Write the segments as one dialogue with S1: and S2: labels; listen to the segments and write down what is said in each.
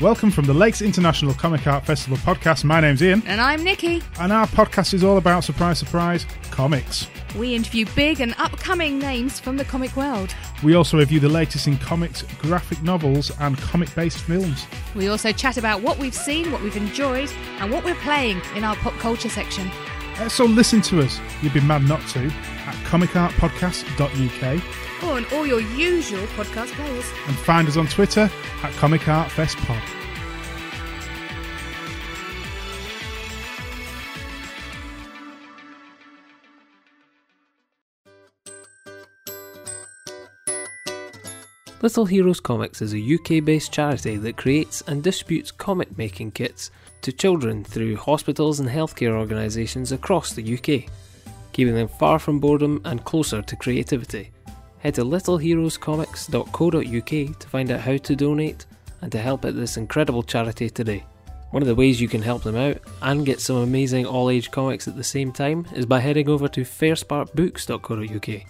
S1: Welcome from the Lakes International Comic Art Festival podcast. My name's Ian,
S2: And I'm Nikki.
S1: and our podcast is all about surprise, surprise comics.
S2: We interview big and upcoming names from the comic world.
S1: We also review the latest in comics, graphic novels, and comic based films.
S2: We also chat about what we've seen, what we've enjoyed, and what we're playing in our pop culture section.
S1: Uh, So listen to us, you'd be mad not to, at comicartpodcast.uk
S2: Or on all your usual podcast players.
S1: and find us on Twitter at Comic Art Fest Pod.
S3: Little Heroes Comics is a UK based charity that creates and distributes comic making kits to children through hospitals and healthcare organisations across the UK, keeping them far from boredom and closer to creativity. Head to littleheroescomics.co.uk to find out how to donate and to help out this incredible charity today. One of the ways you can help them out and get some amazing all age comics at the same time is by heading over to fairsparkbooks.co.uk.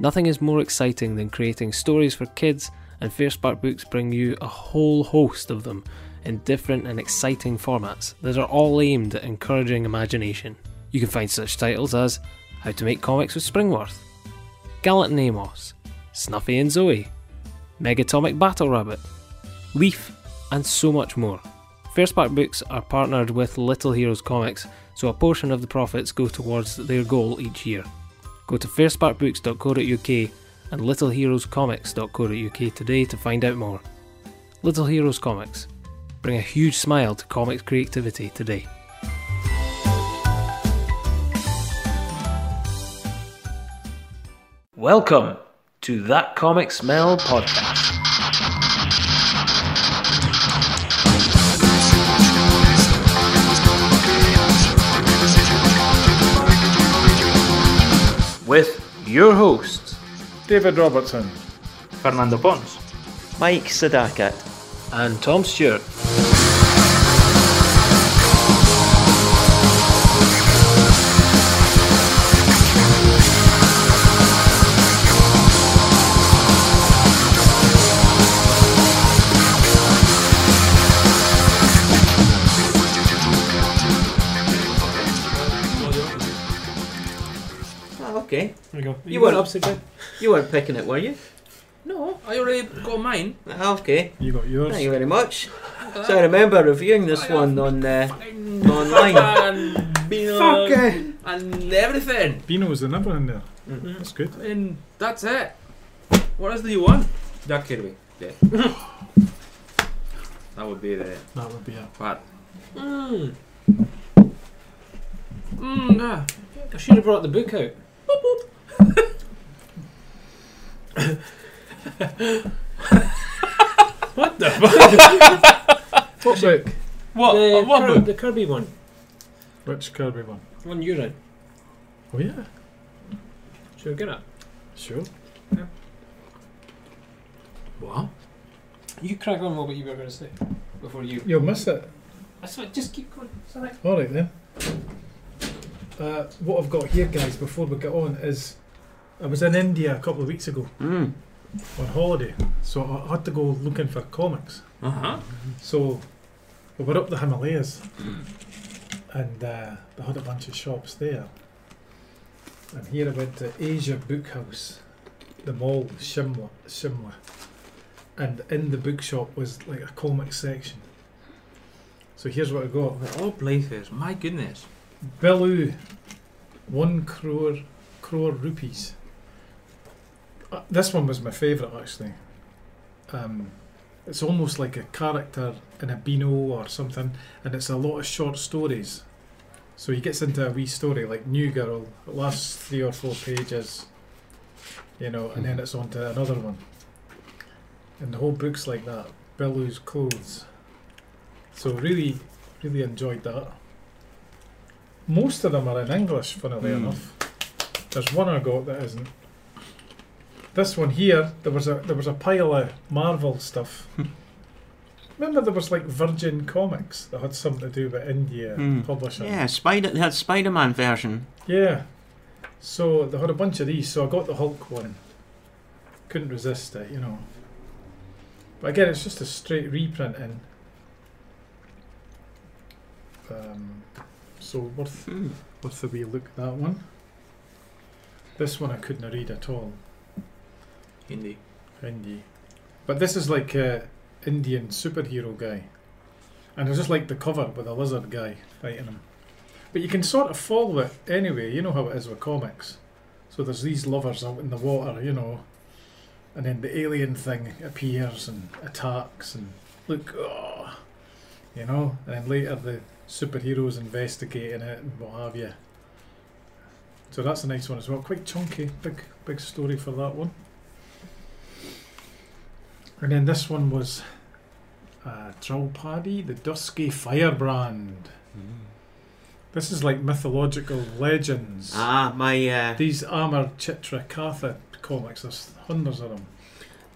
S3: Nothing is more exciting than creating stories for kids, and Fairspark Books bring you a whole host of them in different and exciting formats that are all aimed at encouraging imagination. You can find such titles as How to Make Comics with Springworth, Gallant and Amos, Snuffy and Zoe, Megatomic Battle Rabbit, Leaf, and so much more. Fairspark Books are partnered with Little Heroes Comics, so a portion of the profits go towards their goal each year. Go to fairsparkbooks.co.uk and littleheroescomics.co.uk today to find out more. Little Heroes Comics. Bring a huge smile to comics creativity today. Welcome to That Comic Smell podcast. With your hosts,
S1: David Robertson.
S4: Fernando Pons.
S5: Mike Sadakat.
S3: and Tom Stewart.
S5: Oh, okay.
S4: There we go.
S5: You weren't upside down. You weren't picking it, were you?
S4: Oh,
S3: No, I already got mine.
S5: Ah, Okay.
S1: You got yours.
S5: Thank you very much. So I remember reviewing this one on uh, online.
S3: and
S1: Fuck it!
S3: and everything.
S1: Bino was the number one there. That's good.
S3: And that's it. What else do you want? Jack Kirby. Yeah. that would be the
S1: That would be it.
S3: part. Mmm. Mmm. Ah. I should have brought the book out.
S4: What the fuck?
S1: What book?
S4: What?
S3: the,
S4: Uh, what
S3: Kir-
S4: book?
S3: the Kirby one.
S1: Which Kirby one?
S3: One you're in.
S1: Oh, yeah.
S3: Should we get it?
S1: Sure.
S4: What?
S3: You crack on what you were going to say before you.
S1: You'll miss it.
S3: That's what, just keep going. It's alright.
S1: All right then. Uh, what I've got here, guys, before we get on, is I was in India a couple of weeks ago
S5: Mm.
S1: on holiday, so I had to go looking for comics.
S4: Uh huh.
S1: So we were up the Himalayas, and uh, they had a bunch of shops there. And here I went to Asia Book House, the mall Shimla, Shimla, and in the bookshop was like a comic section. So here's what I got.
S4: Of all places, my goodness.
S1: Billu, one crore crore rupees. Uh, this one was my favourite actually. Um, it's almost like a character in a Beano or something, and it's a lot of short stories. So he gets into a wee story like New Girl, it lasts three or four pages, you know, and then it's on to another one. And the whole book's like that. Billu's clothes. So really, really enjoyed that. Most of them are in English, funnily
S4: Mm.
S5: Hmm.
S1: enough. There's one I got that isn't. This one here, there was a there was a pile of Marvel stuff. Remember, there was like Virgin Comics that had something to do with India
S4: Mm.
S1: publishing.
S5: Hmm. Yeah, Spider. They had Spider-Man version.
S1: Yeah. So they had a bunch of these, so I got the Hulk one. Couldn't resist it, you know. But again, it's just a straight reprint in.
S6: Um, so worth
S5: Hmm.
S6: worth a wee look at that one. This one I couldn't read at all.
S4: Hindi.
S6: Hindi. But this is like a Indian superhero guy. And I just like the cover with a lizard guy fighting him. But you can sort of follow it anyway, you know how it is with comics. So there's these lovers out in the water, you know. And then the alien thing appears and attacks and look oh, you know, and then later the superheroes investigating it and what have you. So that's a nice one as well. Quite chunky, big big story for that one. And then this one was uh, Trollpadi, the Dusky Firebrand. This is like mythological legends.
S5: Ah, my uh,
S6: These armor Chitra Katha comics, there's hundreds of them.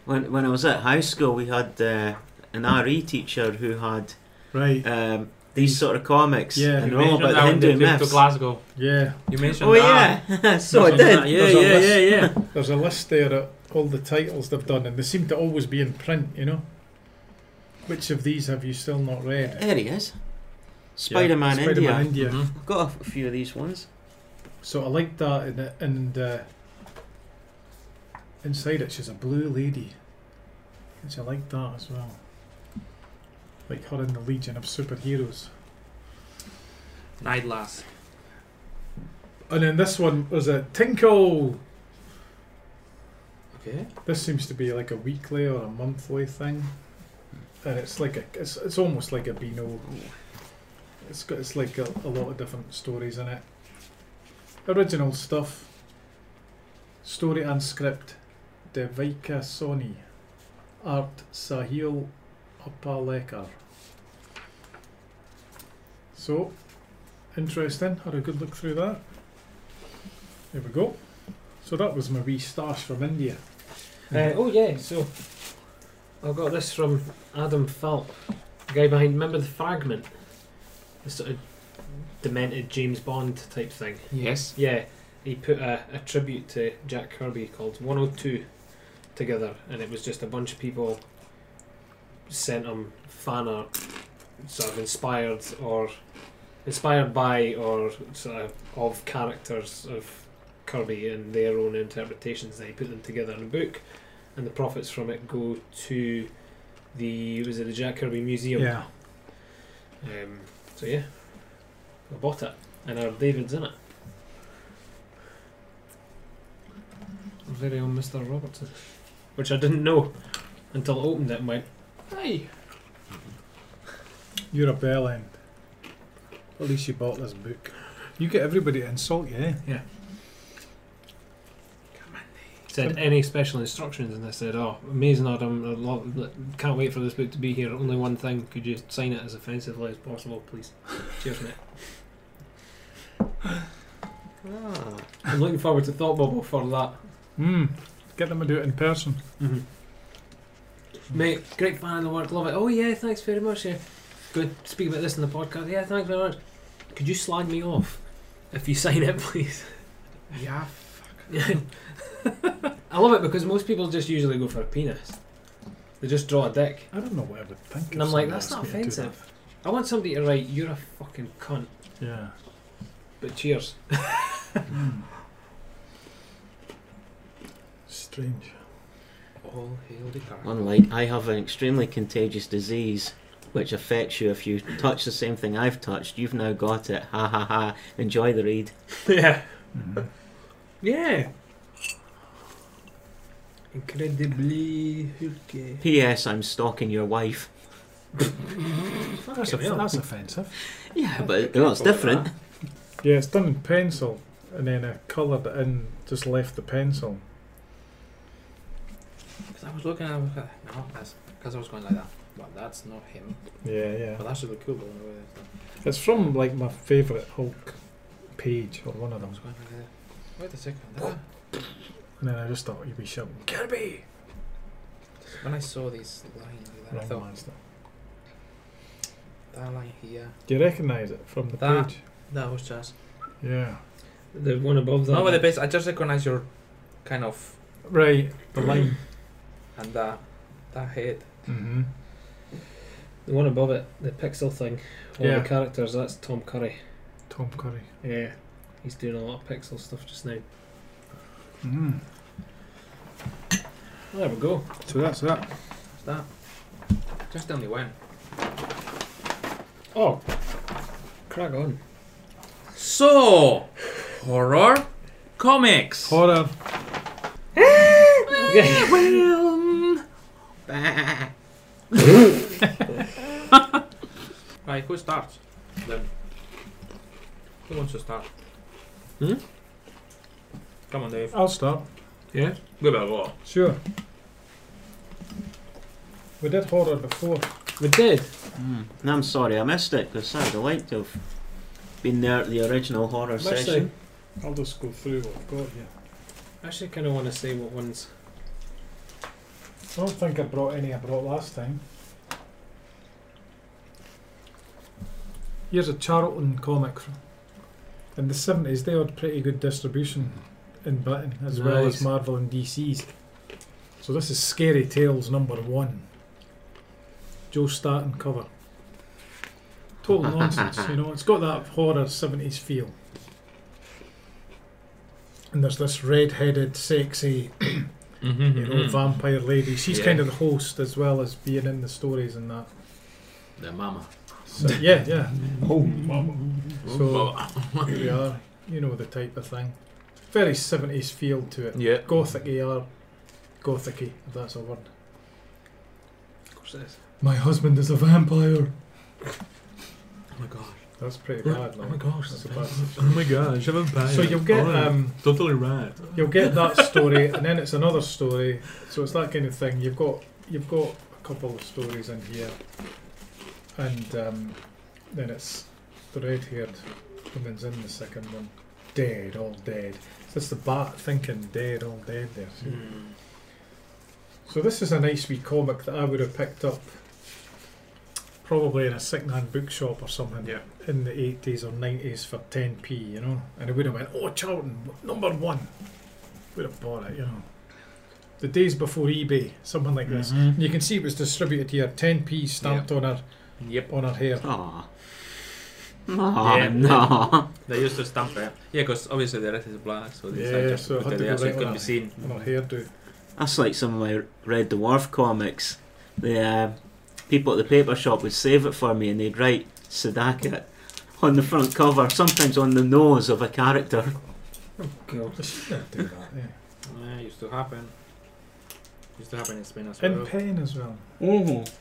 S5: when when I was at high school, we had uh, an RE teacher who had
S6: Right,
S5: um, these sort of comics
S6: Yeah,
S5: and
S6: you
S5: all about the Hindu
S4: to
S5: myths.
S4: Glasgow.
S6: yeah.
S4: You mentioned
S5: Oh
S4: that.
S5: yeah, so I
S6: There's a-
S5: did. Yeah,
S6: there's a
S5: yeah, yeah,
S6: list.
S5: yeah.
S6: There's a list there of all the titles they've done, and they seem to always be in print, you know? Which of these have you still not read?
S5: There he is. Spider-Man
S6: Yeah,
S5: India.
S6: Spider-Man India.
S4: Mhm.
S5: I've got a f- few of these ones.
S6: So I like that, and, and uh, inside it she's a blue lady, which I like that as well. Like her in the Legion of Superheroes.
S4: Night Lass.
S6: And then this one was a Tinkle.
S4: Okay.
S6: This seems to be like a weekly or a monthly thing, and it's like a it's, it's almost like a Beano. It's got it's like a, a lot of different stories in it. Original stuff. Story and script. Devika Soni. Art Sahil Appalekar. So, interesting. Had a good look through that. There we go. So that was my wee stash from India.
S3: Uh, oh yeah, so I got this from Adam Falp, the guy behind. Remember the Fragment, the sort of demented James Bond type thing.
S4: Yes.
S3: Yeah, he put a, a tribute to Jack Kirby called 102 together, and it was just a bunch of people sent him fan art, sort of inspired or inspired by or sort of of characters of Kirby and their own interpretations. They put them together in a book, and the profits from it go to the was it the Jack Kirby Museum?
S6: Yeah.
S3: Um, so yeah, I bought it, and our David's in it. Our very own Mr. Robertson, which I didn't know until I opened it and went, "Hey,
S6: You're a bell end. At least you bought this book. You get everybody to insult you, eh?
S3: said any special instructions?" And I said, "Oh, amazing, Adam! I love, can't wait for this book to be here. Only one thing: could you sign it as offensively as possible, please? Cheers, mate.
S5: Ah.
S3: I'm looking forward to Thought Bubble for that,
S6: Hmm. Get them to do it in person.
S3: Mm-hmm. mate. Great fan of the work, love it. Oh yeah, thanks very much. Yeah, good. Speak about this in the podcast. Yeah, thanks very much. Could you slide me off if you sign it, please?"
S4: Yeah.
S3: I love it because most people just usually go for a penis. They just draw a dick.
S6: I don't know what I would think. if
S3: And I'm like,
S6: someone
S3: that's
S6: asked
S3: not
S6: me to do
S3: offensive. I want somebody to write, "You're a fucking cunt,"
S6: that. Yeah.
S3: but cheers.
S6: Strange.
S4: All hail the car.
S5: Unlike I have an extremely contagious disease which affects you if you touch the same thing I've touched. You've now got it. Ha ha ha. Enjoy the read.
S3: yeah.
S6: Mhm.
S3: Mm-hmm. Yeah. Incredibly hulky.
S5: P.S. I'm stalking your wife.
S6: That's,
S3: Fucking hell.
S6: off- that's offensive.
S5: Yeah, but well, it's different.
S6: Yeah, it's done in pencil, and then I coloured it in, just left the pencil.
S4: Because I was looking at it, I was like, no, that's because I was going like that. But that's not him.
S6: Yeah, yeah.
S4: But that's really cool. But I was like,
S6: It's from like my favourite Hulk page or one of
S4: I
S6: them.
S4: was going like that. Wait a second. That,
S6: And then I just thought you'd be shouting, Kirby!
S4: when I saw this line like that, I thought
S6: Randomised it.
S4: that line here.
S6: Do you recognise it from the
S4: That-
S6: page?
S4: That was just.
S6: Yeah.
S3: The one above that.
S4: No, with the base. I just recognize your kind of
S6: Right, the line.
S4: and that that head.
S6: Mm-hmm.
S3: The one above it, the pixel thing, one of
S6: Yeah.
S3: the characters, that's Tom Curry.
S6: Tom Curry.
S3: Yeah. He's doing a lot of pixel stuff just now.
S6: Mm.
S3: There we go.
S6: So that's that.
S4: What's that? Just tell me when.
S3: Oh, crack on.
S4: So, horror comics.
S6: Horror.
S3: Yeah.
S4: Film. right, who starts? Then. Who wants to start?
S5: Hmm?
S4: Come on, Dave.
S6: I'll start.
S4: Yeah? We better go.
S6: Sure. We did horror before.
S3: We did.
S5: Mm. No, I'm sorry, I missed it because I'd have liked to have been there at the original horror
S3: Mercy.
S5: session.
S6: I'll just go through what I've got here.
S3: I actually kind of want to see what ones.
S6: I don't think I brought any I brought last time. Here's a Charlton comic. fr- In the 70s, they had pretty good distribution in Britain, as well as
S4: Nice.
S6: Marvel and DC's. So this is Scary Tales number one. Joe Staten cover. Total nonsense, you know. It's got that horror 70s feel. And there's this red-headed, sexy
S4: Mm-hmm.
S6: you know, vampire lady. She's
S4: Yeah.
S6: kind of the host as well as being in the stories and that.
S4: the mama.
S6: So, yeah, yeah.
S5: Oh,
S6: So we are, you know, the type of thing. Very 70s feel to it.
S4: yeah.
S6: Gothic or gothic if that's a word.
S3: Of course it is.
S6: My husband is a vampire.
S4: Oh my gosh.
S6: That's pretty bad. Like.
S4: gosh.
S6: That's a bad
S4: Oh my gosh. I'm a
S6: So you'll get um,
S4: totally right.
S6: you'll get that story, and then it's another story. So it's that kind of thing. You've got you've got a couple of stories in here, and um, then it's the red-haired woman's in the second one, dead, all dead. It's just the bat thinking dead, all dead there. see? So this is a nice wee comic that I would have picked up probably in a secondhand bookshop or something
S4: Yeah.
S6: in the 80s or 90s for 10p, you know. And I would have went, oh, Charlton, number one. Would have bought it, you know. The days before eBay, something like this. And you can see it was distributed here, 10p stamped on her
S4: Yep.
S6: on her hair.
S5: Aw. Aw,
S4: Yeah.
S5: no.
S4: They used to stamp it. Yeah, because obviously the rest is black, so they
S6: Yeah,
S4: yeah, just
S6: so it
S4: put
S6: had
S4: it
S6: to
S4: there
S6: be
S4: so it
S6: right
S4: could
S6: on
S4: be
S6: it.
S4: seen.
S6: On her hairdo.
S5: That's like some of my Red Dwarf comics. The uh, people at the paper shop would save it for me and they'd write Sadaka on the front cover, sometimes on the nose of a character.
S3: Go.
S6: I shouldn't do that. Yeah.
S4: Yeah, used to happen. Used to happen in Spain as
S6: In
S4: well.
S6: pen as well.
S5: Oh.
S4: Mm-hmm.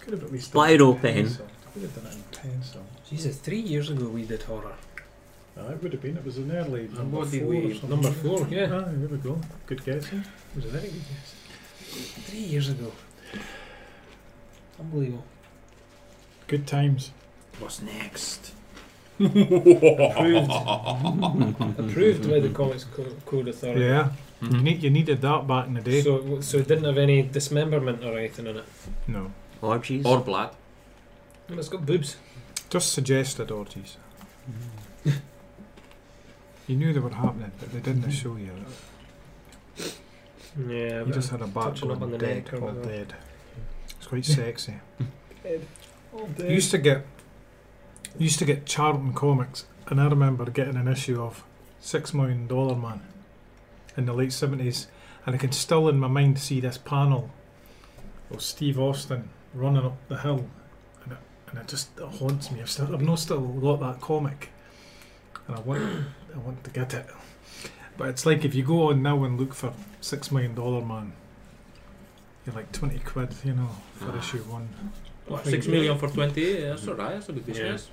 S6: Could have at least
S5: Spiral
S6: done it in
S5: pen.
S6: pencil. Could have done it in pencil.
S3: Jesus, three years ago we did horror.
S6: Uh, it would have been. It was an early
S4: And
S6: number
S4: what did
S6: four.
S4: we-
S6: or something.
S3: number four, yeah.
S6: Ah, there we go. Good guessing.
S3: It was a very good guess. Three years ago. Unbelievable.
S6: Good times.
S4: What's next?
S3: Approved. Approved by the Comics Co- Code Authority.
S6: Yeah. You, need, you needed that back in the day.
S3: So, so it didn't have any dismemberment or anything in it.
S6: no.
S5: Orgies.
S4: Or blood.
S3: And it's got boobs.
S6: Just suggested orgies. You knew they were happening, but they
S3: Mm-hmm.
S6: didn't show you.
S3: Yeah,
S6: You just had a bat
S3: touching up
S6: going
S3: on the
S6: dead,
S3: neck or
S6: all
S3: whatever.
S6: dead. It's quite sexy.
S3: all
S6: You used to get you used to get Charlton comics, and I remember getting an issue of Six Million Dollar Man in the late seventies, and I can still in my mind see this panel of Steve Austin running up the hill, and it, and it just it haunts me. I've still I've not still got that comic, and I want I want to get it. But it's like if you go on now and look for Six Million Dollar Man, you're like twenty quid, you know, for issue one.
S4: What,
S6: think-
S4: six million for twenty? Yeah, that's alright. That's a good
S3: Yeah.
S4: business.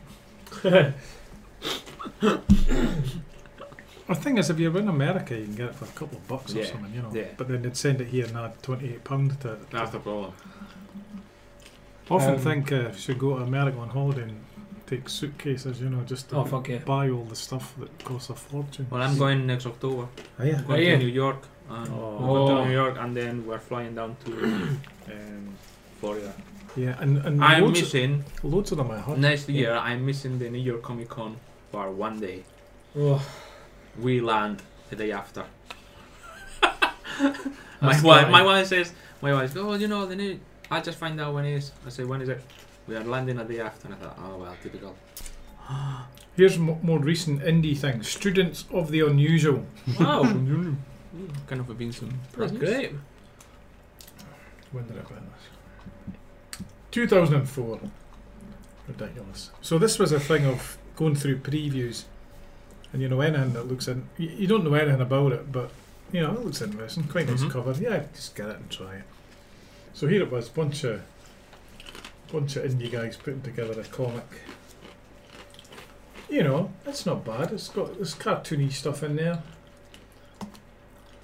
S6: The thing is, if you're in America, you can get it for a couple of bucks or
S4: Yeah,
S6: something, you know.
S4: yeah.
S6: But then they'd send it here and add twenty-eight pound to it.
S4: That's Ah, the problem.
S6: Often
S3: Um,
S6: think uh, you should go to America on holiday and take suitcases, you know, just to
S3: Oh, fuck yeah.
S6: buy all the stuff that costs a fortune.
S4: Well, I'm going next October.
S6: Oh, yeah.
S4: I'm going
S3: yeah.
S4: to New York. And
S6: Oh.
S4: I'm going
S3: Oh.
S4: to New York, and then we're flying down to um, Florida.
S6: Yeah, and, and
S4: I'm
S6: loads,
S4: missing
S6: loads of them I had.
S4: next year. I'm missing the New York Comic Con for one day.
S3: Oh,
S4: We land the day after. my
S3: That's
S4: wife,
S3: fine.
S4: my wife says, my wife, oh, you know, the new. I just find out when it is. I say, when is it? We are landing a day after, and I thought, oh well, typical.
S1: Here's m- more recent indie thing. Students of the unusual.
S4: Wow, kind of been some.
S6: That's great.
S1: When did I buy this? 2004. Ridiculous. So this was a thing of going through previews, and you know anything that looks in, you, you don't know anything about it, but you know it looks interesting. Quite nice
S4: Mhm.
S1: cover. Yeah, just get it and try it. So here it was, bunch of bunch of indie guys putting together a comic. You know, it's not bad. It's got there's cartoony stuff in there.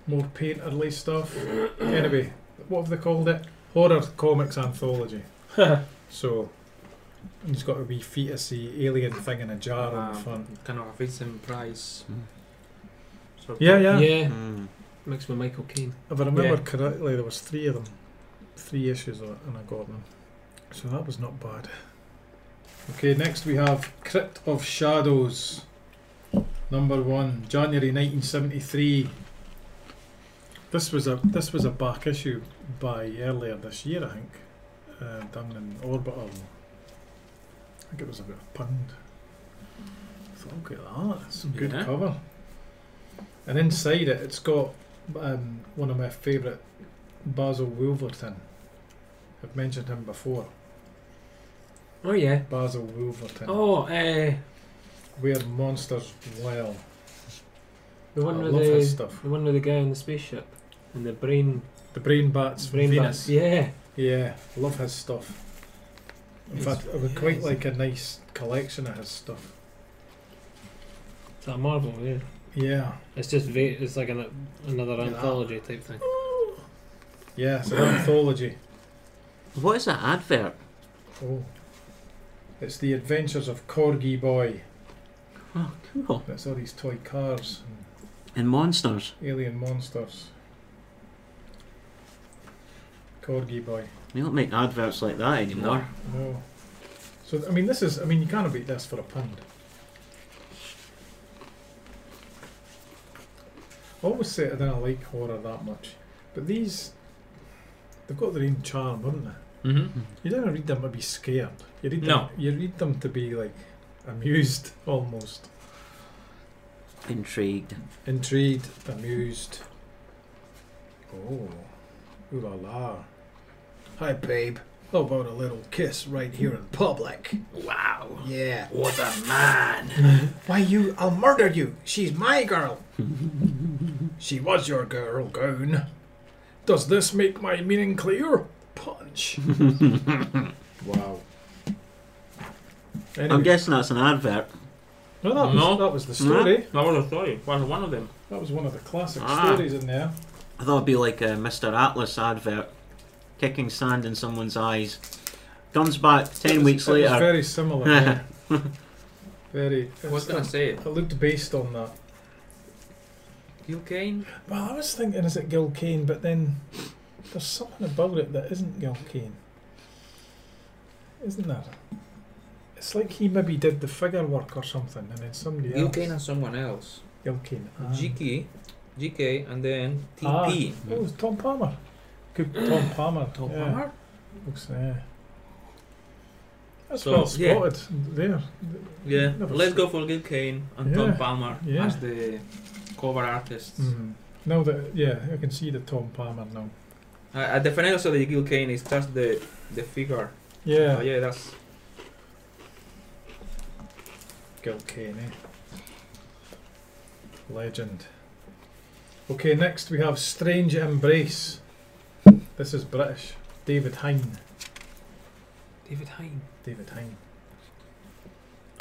S1: More painterly stuff. anyway, what have they called it? Horror Comics Anthology. so, and it's got a wee fetusy alien thing in a jar on
S4: Um,
S1: the front.
S4: Kind of a decent price.
S1: Mm.
S4: sort of-
S1: Yeah, yeah.
S6: Yeah.
S5: Mm.
S6: Mixed with Michael Caine.
S1: If I remember correctly, there was three of them, three issues of it, and I got them. So that was not bad. Okay, next we have Crypt of Shadows, number one, January 1973. This was a this was a back issue by earlier this year, I think, uh, done in Orbital. I think it was about a pound. I thought, look at that, it's a good
S4: Yeah.
S1: cover. And inside it, it's got um, one of my favourite, Basil Wolverton. I've mentioned him before.
S6: Oh yeah.
S1: Basil Wolverton.
S6: Oh, uh,
S3: eh.
S1: Where monsters dwell.
S6: the one
S1: I
S6: with
S1: love his
S6: the,
S1: stuff.
S6: the one with the guy on the spaceship and the brain
S1: The Brain Bats.
S6: brain
S1: Venus.
S6: bats. Yeah.
S1: Yeah, love his stuff. In
S4: He's-
S1: fact, I would
S4: yeah,
S1: quite
S4: he's-
S1: like a nice collection of his stuff.
S6: It's a Marvel. Yeah.
S1: Yeah.
S6: It's just va- it's like an, another
S1: Yeah.
S6: anthology type thing.
S1: Yeah, it's an anthology.
S5: What is that advert?
S1: Oh. It's the adventures of Corgi Boy.
S5: Oh, cool.
S1: That's all these toy cars
S5: And monsters.
S1: and alien monsters. Corgi Boy.
S5: They don't make adverts like that anymore.
S1: No. Oh. So I mean, this is. I mean, you can't beat this for a pound. I always say I don't like horror that much, but these, they've got their own charm, haven't they?
S4: Mm-hmm.
S1: You don't read them to be scared. You read them,
S4: No.
S1: You read them to be like amused, almost
S5: Intrigued.
S1: intrigued, amused. Oh, ooh la la! Hi, babe. How about a little kiss right here in public?
S4: Wow.
S1: Yeah.
S4: What a man!
S1: Why you? I'll murder you. She's my girl. she was your girl, Goon. Does this make my meaning clear? Punch. wow. Anyway,
S5: I'm guessing that's an advert.
S1: no, that was,
S4: No.
S1: that was the story.
S4: That was a story. Was one of them.
S1: That was one of the classic
S5: Ah.
S1: stories in there.
S5: I thought it'd be like a Mr. Atlas advert. Kicking sand in someone's eyes. Comes back
S1: It
S5: ten
S1: was-
S5: weeks
S1: it was
S5: later.
S1: very similar. yeah. very.
S4: I was gonna say,
S1: I looked based on that.
S4: Gil Kane?
S1: Well, I was thinking, is it Gil Kane? But then there's something about it that isn't Gil Kane, isn't there? It's like he maybe did the figure work or something, and then somebody
S4: Gil
S1: else.
S4: Kane and someone else.
S1: Gil Kane. Ah.
S4: GK, GK, and then
S1: Ah.
S4: TP.
S1: Oh, it's Tom Palmer. Good Tom Palmer.
S4: Tom
S1: yeah,
S4: Palmer?
S1: Looks, yeah. That's
S4: So,
S1: well
S4: yeah.
S1: spotted there.
S4: Yeah,
S1: Never
S4: let's
S1: seen-
S4: go for Gil Kane and
S1: Yeah.
S4: Tom Palmer
S1: Yeah.
S4: as the cover artists.
S1: Mm. Now that yeah, I can see the Tom Palmer now.
S4: I, I definitely also Uh, the Gil Kane is just the the figure.
S1: Yeah,
S4: But yeah, that's
S1: Gil Kane, eh? Legend. Okay, next we have Strange Embrace. This is British. David Hine.
S4: David Hine.
S1: David Hine.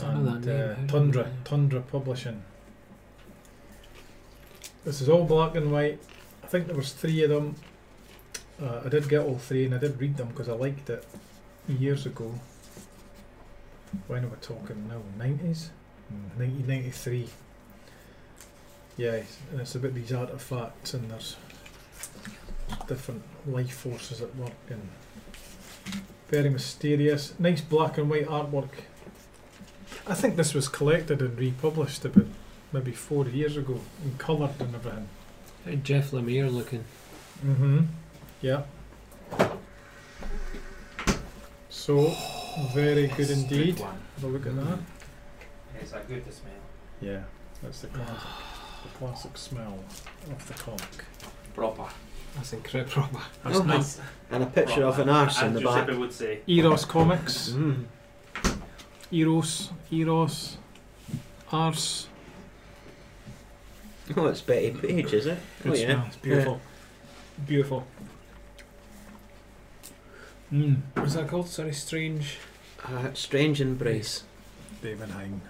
S6: I know
S1: And
S6: that name,
S1: uh,
S6: how do I
S1: Tundra.
S6: know?
S1: Tundra Publishing. This is all black and white. I think there was three of them. Uh, I did get all three and I did read them because I liked it years ago. When are we talking now? 90s? 1993. Yeah, it's- and it's about these artefacts and there's different life forces at work and very mysterious. Nice black and white artwork. I think this was collected and republished about maybe four years ago and coloured and everything.
S6: Very Uh, Jeff Lemire looking.
S1: Mm-hmm. Yeah. So Very good
S4: Yes,
S1: indeed.
S4: one.
S1: Have a look at that.
S4: It's a good smell.
S1: Yeah, that's the classic, the classic smell of the comic.
S4: Proper.
S6: That's incredible.
S1: That's Oh, nice.
S5: And a picture of an arse in the back.
S4: would say.
S1: Eros Comics.
S5: Mm.
S1: Eros, Eros, Arse.
S5: Oh, it's Betty Page, is it?
S1: Good
S5: oh, yeah.
S1: smell. It's beautiful. Beautiful. Mm.
S4: What's that called? Sorry, strange.
S5: Uh, strange Embrace.
S1: David Hine.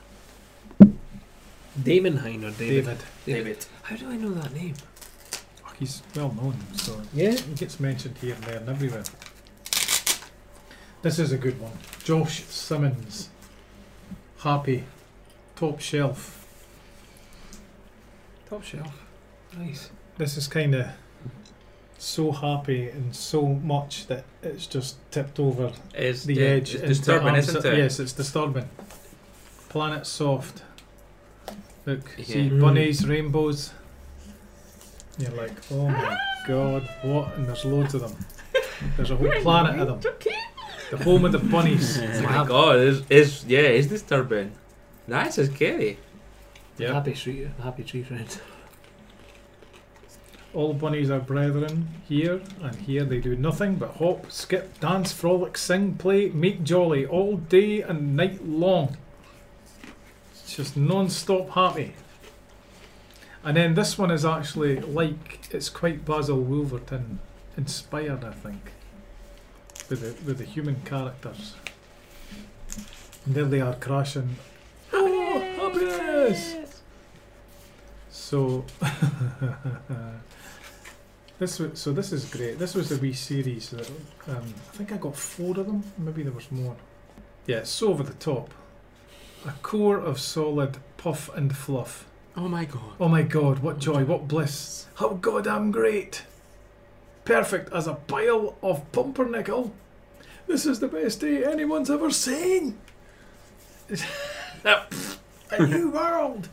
S6: Damon Hine or David?
S1: David.
S4: David.
S6: How do I know that name?
S1: Oh, he's well known, so
S6: Yeah.
S1: he gets mentioned here and there and everywhere. This is a good one. Josh Simmons. Happy. Top shelf.
S6: Top shelf. Nice.
S1: this is kind of so happy and so much that it's just tipped over
S7: It's,
S1: the
S7: yeah,
S1: edge.
S7: It's
S1: into
S7: disturbing,
S1: arms-
S7: isn't it?
S1: Yes, it's disturbing. Planet soft. Look, see
S7: Yeah.
S6: Mm.
S1: bunnies, rainbows. You're like, oh my god, what? And there's loads of them. There's a whole planet of them. The home of the bunnies.
S7: Oh
S1: They
S7: my
S1: have-
S7: god, it's, it's yeah, it's disturbing. That's scary.
S1: Yeah.
S6: Happy tree. Happy tree friend.
S1: All bunnies are brethren here, and here they do nothing but hop, skip, dance, frolic, sing, play, make jolly all day and night long. It's just non stop happy. And then this one is actually like, it's quite Basil Wolverton inspired, I think, with the, with the human characters. And there they are crashing. Oh, happiness! So this was, so this is great. This was a wee series that um, I think I got four of them. Maybe there was more. Yeah, it's so over the top. A core of solid puff and fluff.
S7: Oh my god.
S1: Oh my God! What joy! What bliss! How goddamn great! Perfect as a pile of pumpernickel. This is the best day anyone's ever seen. a new world.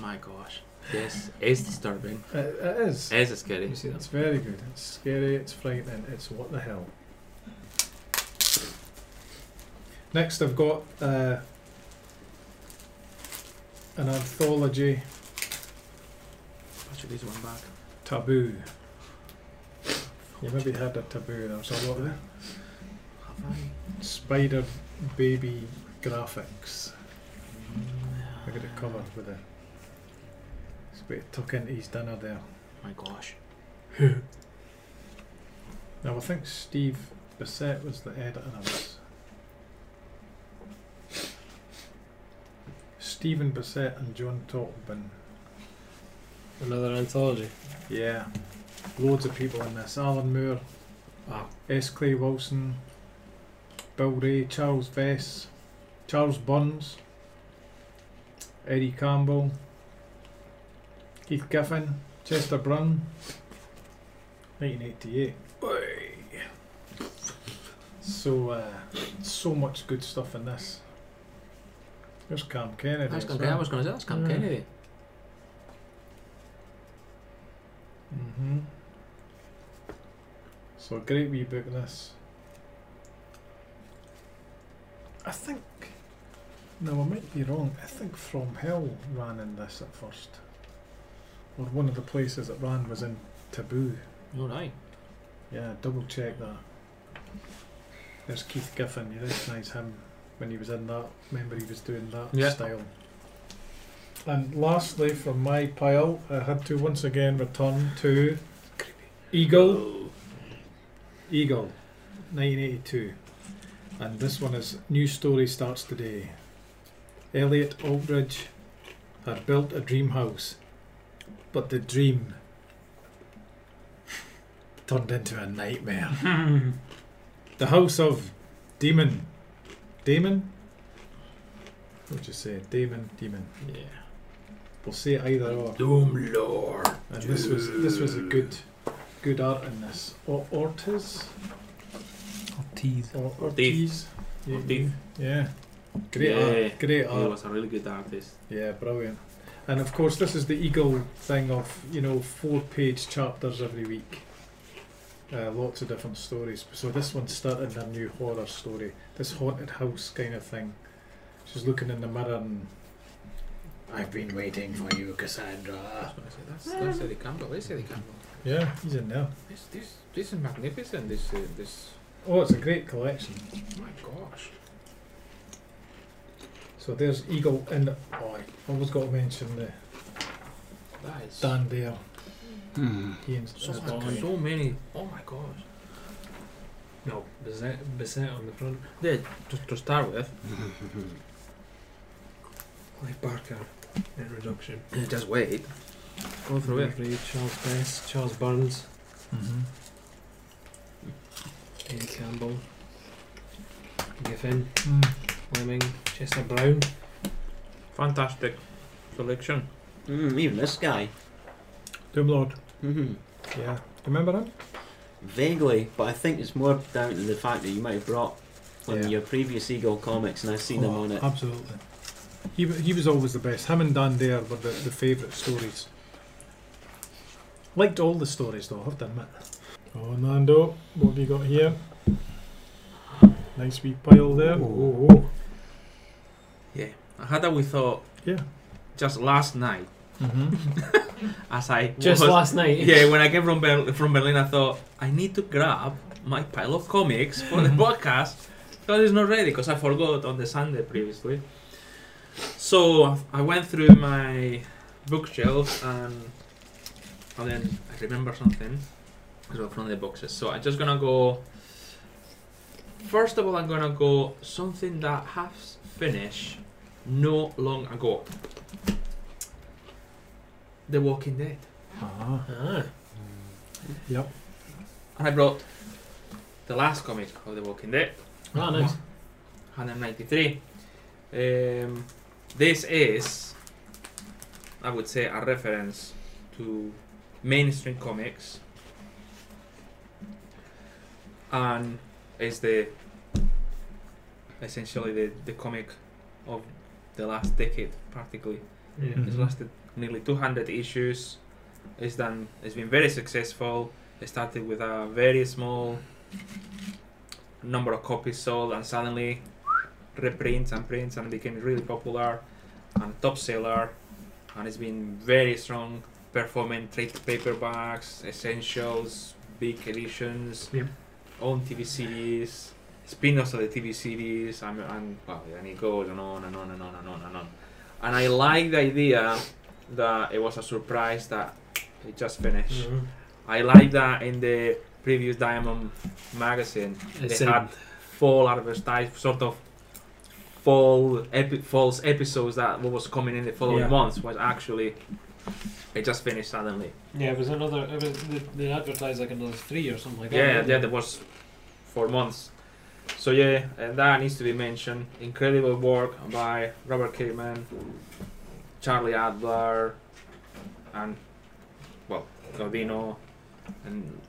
S7: My gosh. Yes, it's disturbing.
S1: It, it is.
S7: It's scary.
S6: You see that?
S1: It's very good. It's scary. It's frightening. It's what the hell. Next, I've got uh, an anthology
S4: I should use one back.
S1: taboo. You maybe heard of taboo. There's a lot of
S4: Have I?
S1: spider baby graphics.
S5: Mm,
S1: Look at it covered with a. It's a bit tuck into his dinner there.
S4: My gosh.
S1: Now I think Steve Bissett was the editor of this. Stephen Bissett and John Totleben.
S6: Another anthology.
S1: Yeah. Loads of people in this. Alan Moore,
S6: Wow.
S1: S. Clay Wilson, Bill Ray, Charles Vess, Charles Burns, Eddie Campbell, Keith Giffen, Chester Brown, 1988. Oi. So, uh, so much good stuff in this. There's Cam Kennedy. as
S4: That's Cam
S1: well.
S4: Kennedy. I was going to say that's Cam
S1: Yeah.
S4: Kennedy.
S1: Mm-hmm. So a great wee book this. I think no, I might be wrong. I think From Hell ran in this at first. Or one of the places it ran was in Taboo.
S4: All right.
S1: Yeah, double check that. There's Keith Giffen, you recognise him when he was in that. Remember he was doing that
S7: Yeah.
S1: style. And lastly, from my pile, I had to once again return to Eagle. Eagle, 1982. And this one is New Story Starts Today. Elliot Aldridge had built a dream house, but the dream turned into a nightmare. the house of Demon. Demon? What'd you say? Demon, Demon.
S4: Yeah.
S1: We'll say either or.
S4: Doom Lord.
S1: And this was this was a good good art in this. Or Ortiz?
S6: Ortiz.
S1: Or
S7: Ortiz.
S1: Ortiz? Oh, Yeah,
S7: Ortiz.
S1: Yeah. Great
S7: Oh, Yeah.
S1: art. Great
S7: He
S1: art.
S7: was a really good artist.
S1: Yeah, brilliant. And of course, this is the Eagle thing of, you know, four page chapters every week. uh, lots of different stories. So this one's starting a new horror story, this haunted house kind of thing. She's looking in the mirror and I've been waiting for you, Cassandra.
S4: That's what I said. That's, that's Eddie Campbell. It's Eddie Campbell.
S1: Yeah, he's in there.
S4: This, this, this is magnificent. This, uh, this. oh
S1: Oh, it's a great collection.
S4: My gosh.
S1: So there's Eagle in the. Oh, I always got to mention the
S4: That is.
S1: Dan there.
S5: Mm,
S6: Hmm.
S1: He and
S4: So,
S1: his
S4: much,
S1: boy.
S4: so many. Oh my gosh.
S6: No, Bizet, Bizet on the front.
S4: There, to, to start with, like Barker,
S6: Introduction.
S4: just wait. Go through it.
S6: Reed, Charles Best, Charles Burns,
S1: Mhm.
S6: Ian Campbell, Giffen,
S4: Hmm.
S1: Mm.
S6: Fleming, Chester Brown.
S4: Fantastic selection.
S5: Mm, even this guy.
S1: Doomlord.
S5: Mm-hmm.
S1: Yeah. Remember him?
S5: Vaguely, but I think it's more down to the fact that you might have brought one
S1: Yeah.
S5: of your previous Eagle comics and I've seen him
S1: Oh,
S5: on it.
S1: Absolutely. He, wa- he was always the best. Him and Dan Dare were the, the favourite stories. Liked all the stories though, I have to admit. Oh, Nando, what have you got here? Nice wee pile there.
S5: Ooh.
S4: Yeah. I had that we thought
S1: Yeah.
S4: just last night
S1: Mm-hmm.
S4: as I
S6: Just
S4: was,
S6: last night.
S4: Yeah, when I came from Berlin, from Berlin, I thought I need to grab my pile of comics for the podcast because it's not ready because I forgot on the Sunday previously. So I went through my bookshelf and and then I remember something as well from the boxes. So I'm just gonna go. First of all, I'm gonna go something that has finished not long ago. The Walking Dead.
S1: Ah,
S6: Ah,
S1: yep.
S4: And I brought the last comic of The Walking Dead,
S6: ah, nice.
S4: 193. Um, this is, I would say, a reference to mainstream comics. And is the essentially the, the comic of the last decade, practically.
S6: Yeah.
S4: It's lasted nearly 200 issues. It's done. It's been very successful. It started with a very small number of copies sold, and suddenly reprints and prints, and became really popular and a top seller. And it's been very strong, performing trade paperbacks, essentials, big editions,
S6: Yep.
S4: own TV series, spin-offs of the TV series, and, and well, and it goes and on and on and on and on and on. And I like the idea that it was a surprise that it just finished.
S6: Mhm.
S4: I like that in the previous Diamond magazine
S6: It
S4: they
S6: said
S4: had fall advertised sort of fall epi- false episodes that what was coming in the following
S6: Yeah.
S4: months was actually it just finished suddenly.
S6: Yeah, it was another. It was, they, they advertised like another three or something like that.
S4: yeah,
S6: didn't
S4: yeah,
S6: they?
S4: there was for months. So yeah, and that needs to be mentioned. Incredible work by Robert Kirkman, Charlie Adler, and well, Godino, and,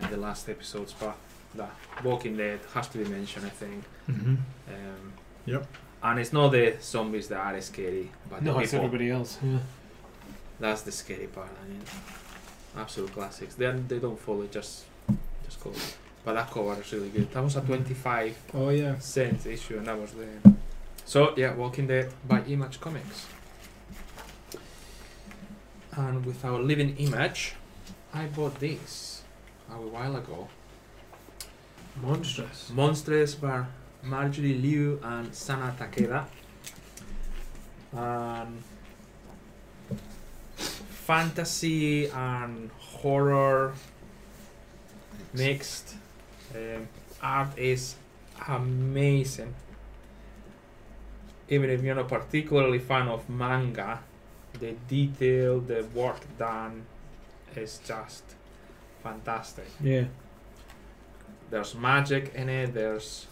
S4: and the last episodes. But the Walking Dead has to be mentioned, I think.
S1: Mm-hmm.
S4: Um,
S1: Yep.
S4: And it's not the zombies that are scary, but
S6: No,
S4: the
S6: it's
S4: people.
S6: everybody else. Yeah.
S4: That's the scary part. I mean, absolute classics. They they don't follow it, just just go. But that cover is really good. That was a twenty five
S1: Oh yeah.
S4: cent issue, and that was the. So yeah, Walking Dead by Image Comics. And with our living image, I bought this a while ago.
S6: Monstrous.
S4: Monsters by Marjorie Liu and Sana Takeda. Um, fantasy and horror mixed. Um, art is amazing. Even if you're not particularly fan of manga, the detail, the work done is just fantastic
S6: Yeah.
S4: there's magic in it, there's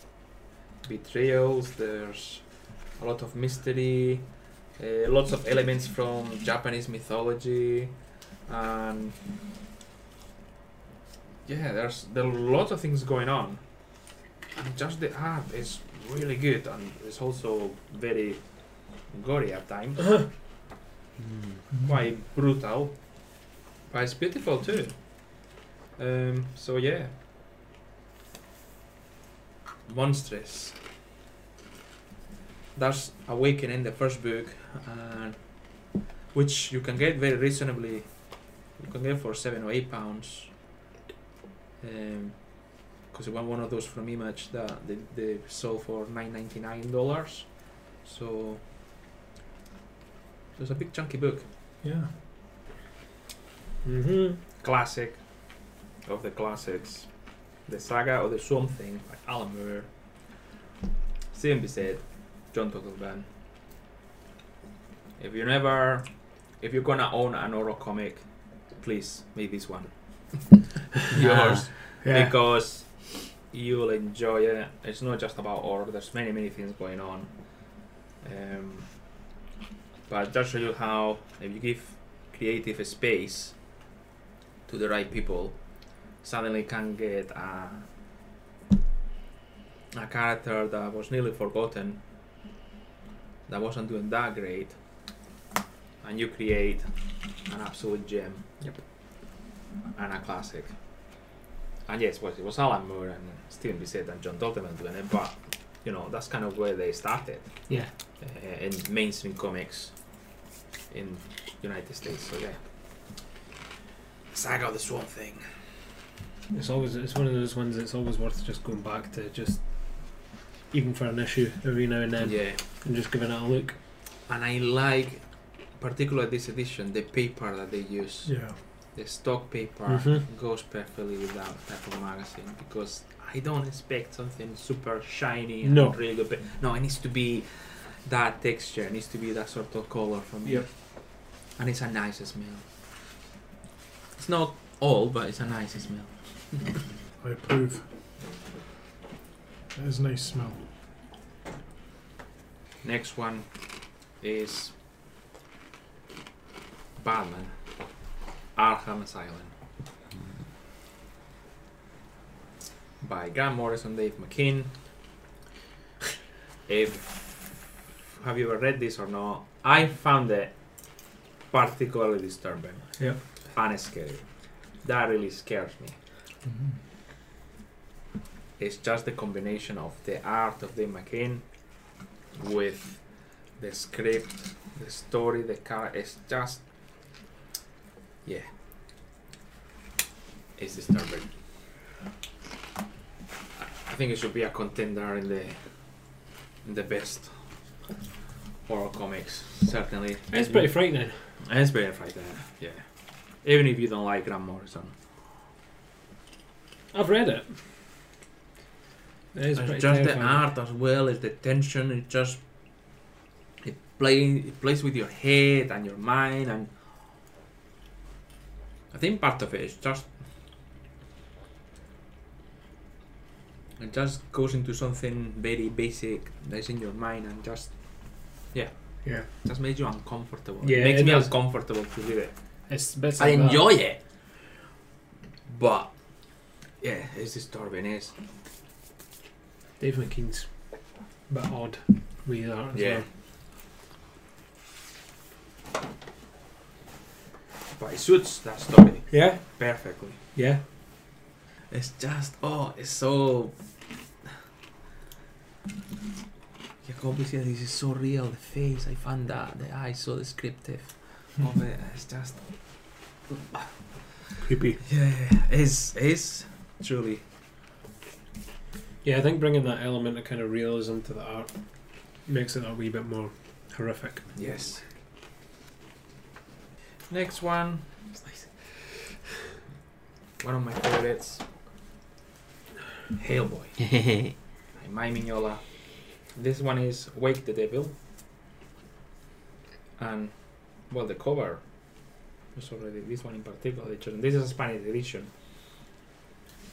S4: betrayals, there's a lot of mystery, uh, lots of elements from Japanese mythology, and yeah, there's there are lots of things going on. And just the art is really good, and it's also very gory at times,
S5: Mm.
S4: quite brutal, but it's beautiful too. Um, so yeah. Monstrous. That's Awaken in the first book, and which you can get very reasonably. You can get for seven or eight pounds. Um, because I want one of those from Image that they, they sold for nine ninety nine dollars. So it's a big chunky book.
S1: Yeah.
S4: Mm-hmm. Classic of the classics. The saga of the Swamp Thing by Alan Moore. Stephen Bissett, John Tuckelban. If you never, if you're gonna own an oral comic, please make this one yours
S1: Yeah.
S4: because you'll enjoy it. It's not just about horror. There's many many things going on. Um, but that show you how if you give creative space to the right people, suddenly can get a a character that was nearly forgotten, that wasn't doing that great, and you create an absolute gem. Yep. And a classic. And yes, well, it was Alan Moore and Steven Bissett and John Dottleman doing it, but you know that's kind of where they started.
S6: Yeah.
S4: Uh, in mainstream comics in United States. So yeah. Saga of the Swamp Thing.
S6: It's always it's one of those ones that's always worth just going back to just even for an issue every now
S3: Um,
S6: and then
S4: Yeah.
S6: and just giving it a look.
S4: And I like, particularly this edition, the paper that they use.
S1: Yeah.
S4: The stock paper
S3: Mm-hmm.
S6: Mhm.
S4: goes perfectly with that type of magazine because I don't expect something super shiny and
S6: No.
S4: really good. pa- no, it needs to be that texture, it needs to be that sort of color for me.
S6: Yep.
S4: And it's a nice smell. It's not all, but it's a nice smell.
S1: I approve. That is a nice smell.
S4: Next one is Batman Arkham Asylum by Grant Morrison, Dave McKean. If have you ever read this or not? I found it particularly disturbing.
S1: Yeah.
S4: And scary. That really scares me.
S6: Mm-hmm.
S4: It's just the combination of the art of Dave McKean with the script, the story, the car. It's just, yeah, it's disturbing. I I think it should be a contender in the in the best horror comics, certainly.
S6: It's pretty frightening.
S4: It's better right there, yeah. Even if you don't like Grant Morrison,
S6: I've read it. It is
S4: It's
S6: pretty
S4: just the
S6: terrifying.
S4: art as well as the tension. It just it play it plays with your head and your mind, and I think part of it is just it just goes into something very basic that's in your mind and just
S1: Yeah.
S4: just makes you uncomfortable.
S6: Yeah,
S4: it makes
S6: it
S4: me
S6: does.
S4: uncomfortable to read it.
S6: It's bits
S4: I
S6: like uh, that.
S4: enjoy it, but yeah, it's disturbing. It's
S6: Dave McKean's a bit odd with art as
S4: Yeah.
S6: well.
S4: but it suits that story
S6: Yeah,
S4: perfectly.
S6: yeah.
S4: It's just oh, it's so. Yeah, complicated. This is so real. The face, I found that the eyes so descriptive of it. It's just
S5: Creepy.
S4: yeah, it's it's truly
S6: Yeah, I think bringing that element of kind of realism to the art makes it a wee bit more horrific.
S4: yes. Next one, one of my favorites, Hellboy. by My Mignola. This one is Wake the Devil. And well the cover is already this one in particular they chose- This is a Spanish edition.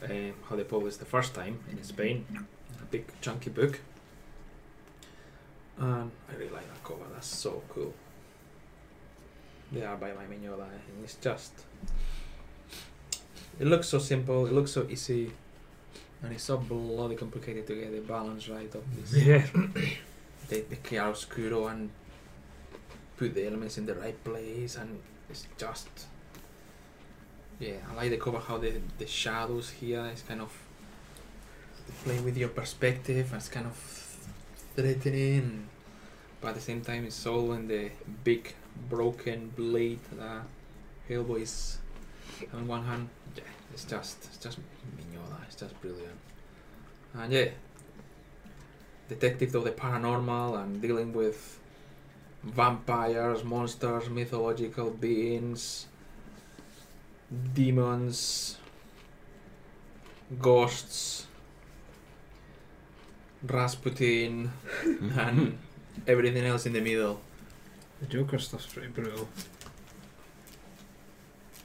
S4: Uh, how they published the first time in Spain. A big chunky book. And I really like that cover, that's so cool. They are by my Mignola and it's just it looks so simple, it looks so easy. And it's so bloody complicated to get the balance right of this.
S6: Yeah.
S4: The, the chiaroscuro and put the elements in the right place, and it's just. Yeah, I like the cover how the the shadows here is kind of they play with your perspective and it's kind of threatening, but at the same time it's all in the big broken blade that Hellboy is on one hand. Yeah, it's just it's just mignola, it's just brilliant, and yeah, detective of the paranormal and dealing with vampires, monsters, mythological beings demons, ghosts, Rasputin, and everything else in the middle.
S3: The Joker stuff's pretty brutal.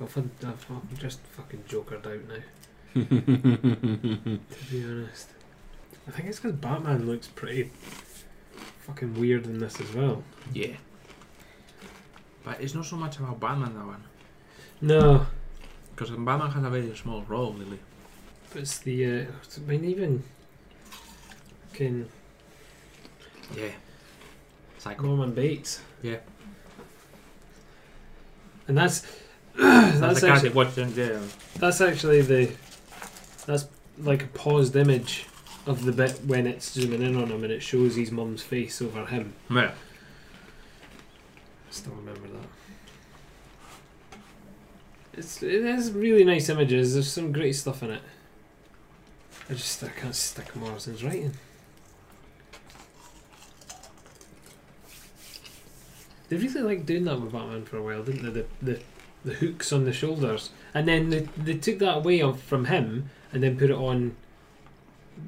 S3: I've, had, I've I'm just fucking jokered out now, to be honest. I think it's because Batman looks pretty fucking weird in this as well.
S4: Yeah. But it's not so much about Batman that one,
S3: No,
S4: because Batman has a very small role really.
S3: but it's the. Uh, I mean, even. Fucking
S4: Yeah. oh, Psycho.
S3: Norman Bates.
S4: Yeah.
S3: And that's. that's
S4: That's, the
S3: actually-
S4: guy that watched him there.
S3: That's actually the that's like a paused image of the bit when it's zooming in on him and it shows his mum's face over him.
S4: Yeah.
S3: Still remember that. It's it is really nice images. There's some great stuff in it. I just I can't stick Morrison's writing. They really liked doing that with Batman for a while, didn't they? The the, the hooks on the shoulders, and then they, they took that away of- from him, and then put it on.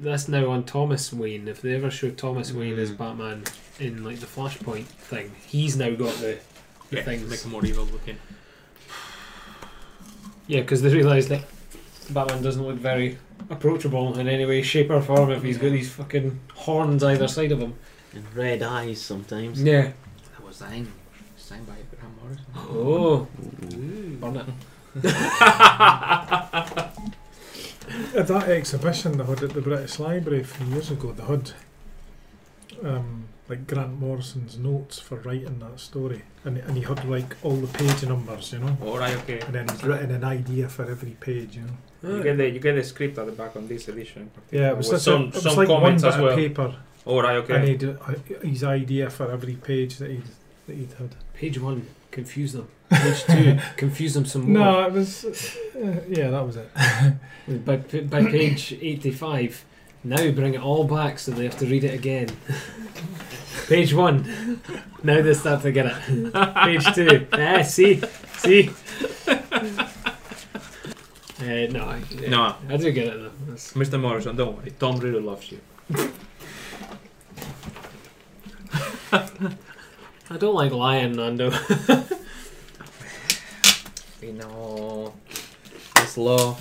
S3: That's now on Thomas Wayne. If they ever show Thomas Wayne as
S4: Mm.
S3: Batman in like the Flashpoint thing, he's now got the the
S4: Yeah,
S3: things.
S4: make him more evil looking.
S3: Yeah, because they realised that Batman doesn't look very approachable in any way, shape, or form if he's got these fucking horns either side of him.
S5: And red eyes sometimes.
S3: Yeah.
S4: That was signed, signed by Graham Morrison.
S3: Oh. Burn it.
S1: At that exhibition they had at the British Library a few years ago, they had um, like Grant Morrison's notes for writing that story, and and he had like all the page numbers, you know,
S4: Alright, okay.
S1: and then he's written an idea for every page, you know.
S4: You get the you get the script at the back on this edition.
S1: Yeah, it was,
S4: With
S1: just
S4: some
S1: a, it was
S4: some
S1: like one
S4: comments
S1: bit
S4: as well.
S1: of paper,
S4: Alright, okay.
S1: and he'd, uh, his idea for every page that he'd that he'd had.
S3: Page one, confuse them. Page two, confuse them some more.
S1: No, it was uh, yeah, that was it.
S3: By, p- by page 85, now bring it all back so they have to read it again. page one, now they start to get it. page two, ah, see, see. Uh, no, I, yeah,
S4: No.
S3: I do get it though. That's,
S4: Mr. Morrison, don't worry. Tom really loves you.
S3: I don't like lying, Nando.
S4: We know. It's love.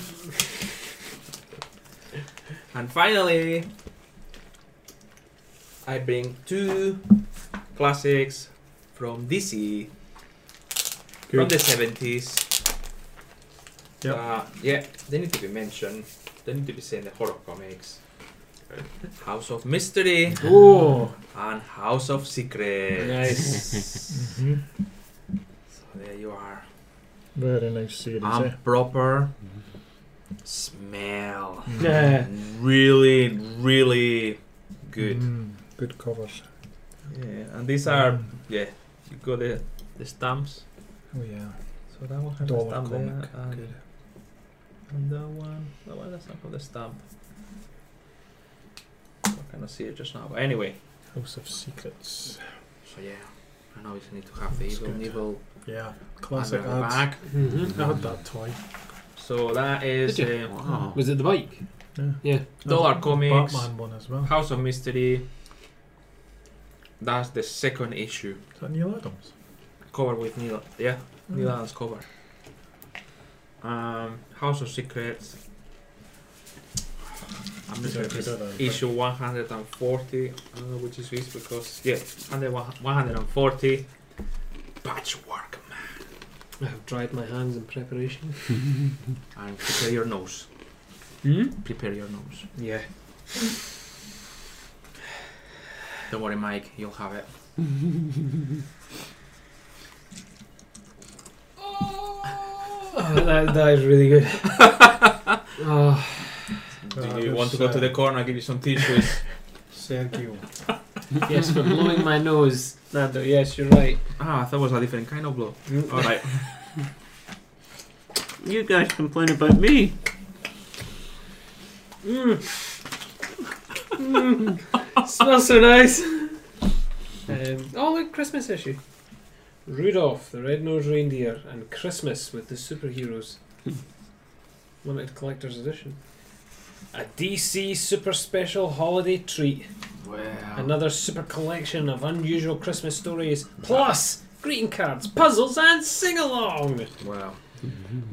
S4: and finally, I bring two classics from DC from
S1: Good.
S4: the 70s.
S1: Yep.
S4: Uh, yeah, they need to be mentioned. They need to be seen in the horror comics. House of Mystery
S3: Oh,
S4: and House of Secrets.
S3: Nice.
S1: hmm
S4: so there you are.
S1: Very nice series. eh?
S4: and proper smell.
S1: Mm.
S3: yeah.
S4: Really, really good.
S1: Mm, good covers. Mm.
S4: Yeah, and these are yeah. You got the the stamps.
S1: Oh yeah.
S4: So that one has
S1: Dollar
S4: a stamp
S1: comic.
S4: there, and,
S1: Good.
S4: and that one, that one doesn't have the stamp. I cannot see it just now. But anyway,
S1: House of Secrets.
S4: so yeah, I know you need to have the
S1: That's
S4: evil,
S1: good.
S4: evil
S1: Yeah, classic
S4: under the
S1: ads.
S4: back.
S3: hmm
S1: I had that toy.
S4: So that is
S3: Did
S4: uh,
S5: Wow.
S3: Was it the bike?
S1: Yeah.
S3: Yeah.
S4: Dollar
S1: The
S4: comics.
S1: Batman one as well.
S4: House of Mystery. That's the second issue.
S1: Is that Neil Adams? Mm.
S4: cover with Neil. Yeah, Neil Adams cover. Um, House of Secrets. I'm just gonna
S1: Is
S4: piss-
S1: that a-
S4: issue 140, I don't know which is which because yeah, 100 140. Patchwork
S3: I have dried my hands in preparation.
S4: man, and prepare your nose.
S3: Hmm?
S4: Prepare your nose.
S3: Yeah.
S4: Don't worry, Mike, you'll have it.
S3: Oh, that, that is really good. Oh,
S1: Ah,
S4: Do you want to
S1: there's,
S4: go to the
S1: uh,
S4: corner? I'll give you some tissues.
S1: Sergio?
S3: yes, for blowing my nose. Nando, yes, you're right. Mm.
S4: ah, I thought it was a different kind of blow. All right.
S5: You guys complain about me.
S3: Mm. Smells so nice. Um, oh, look, Christmas issue. Rudolph the Red-Nosed Reindeer and Christmas with the Superheroes. Limited Collector's Edition. A DC Super Special Holiday Treat.
S4: Well,
S3: Another super collection of unusual Christmas stories, plus greeting cards, puzzles, and sing along!
S4: well.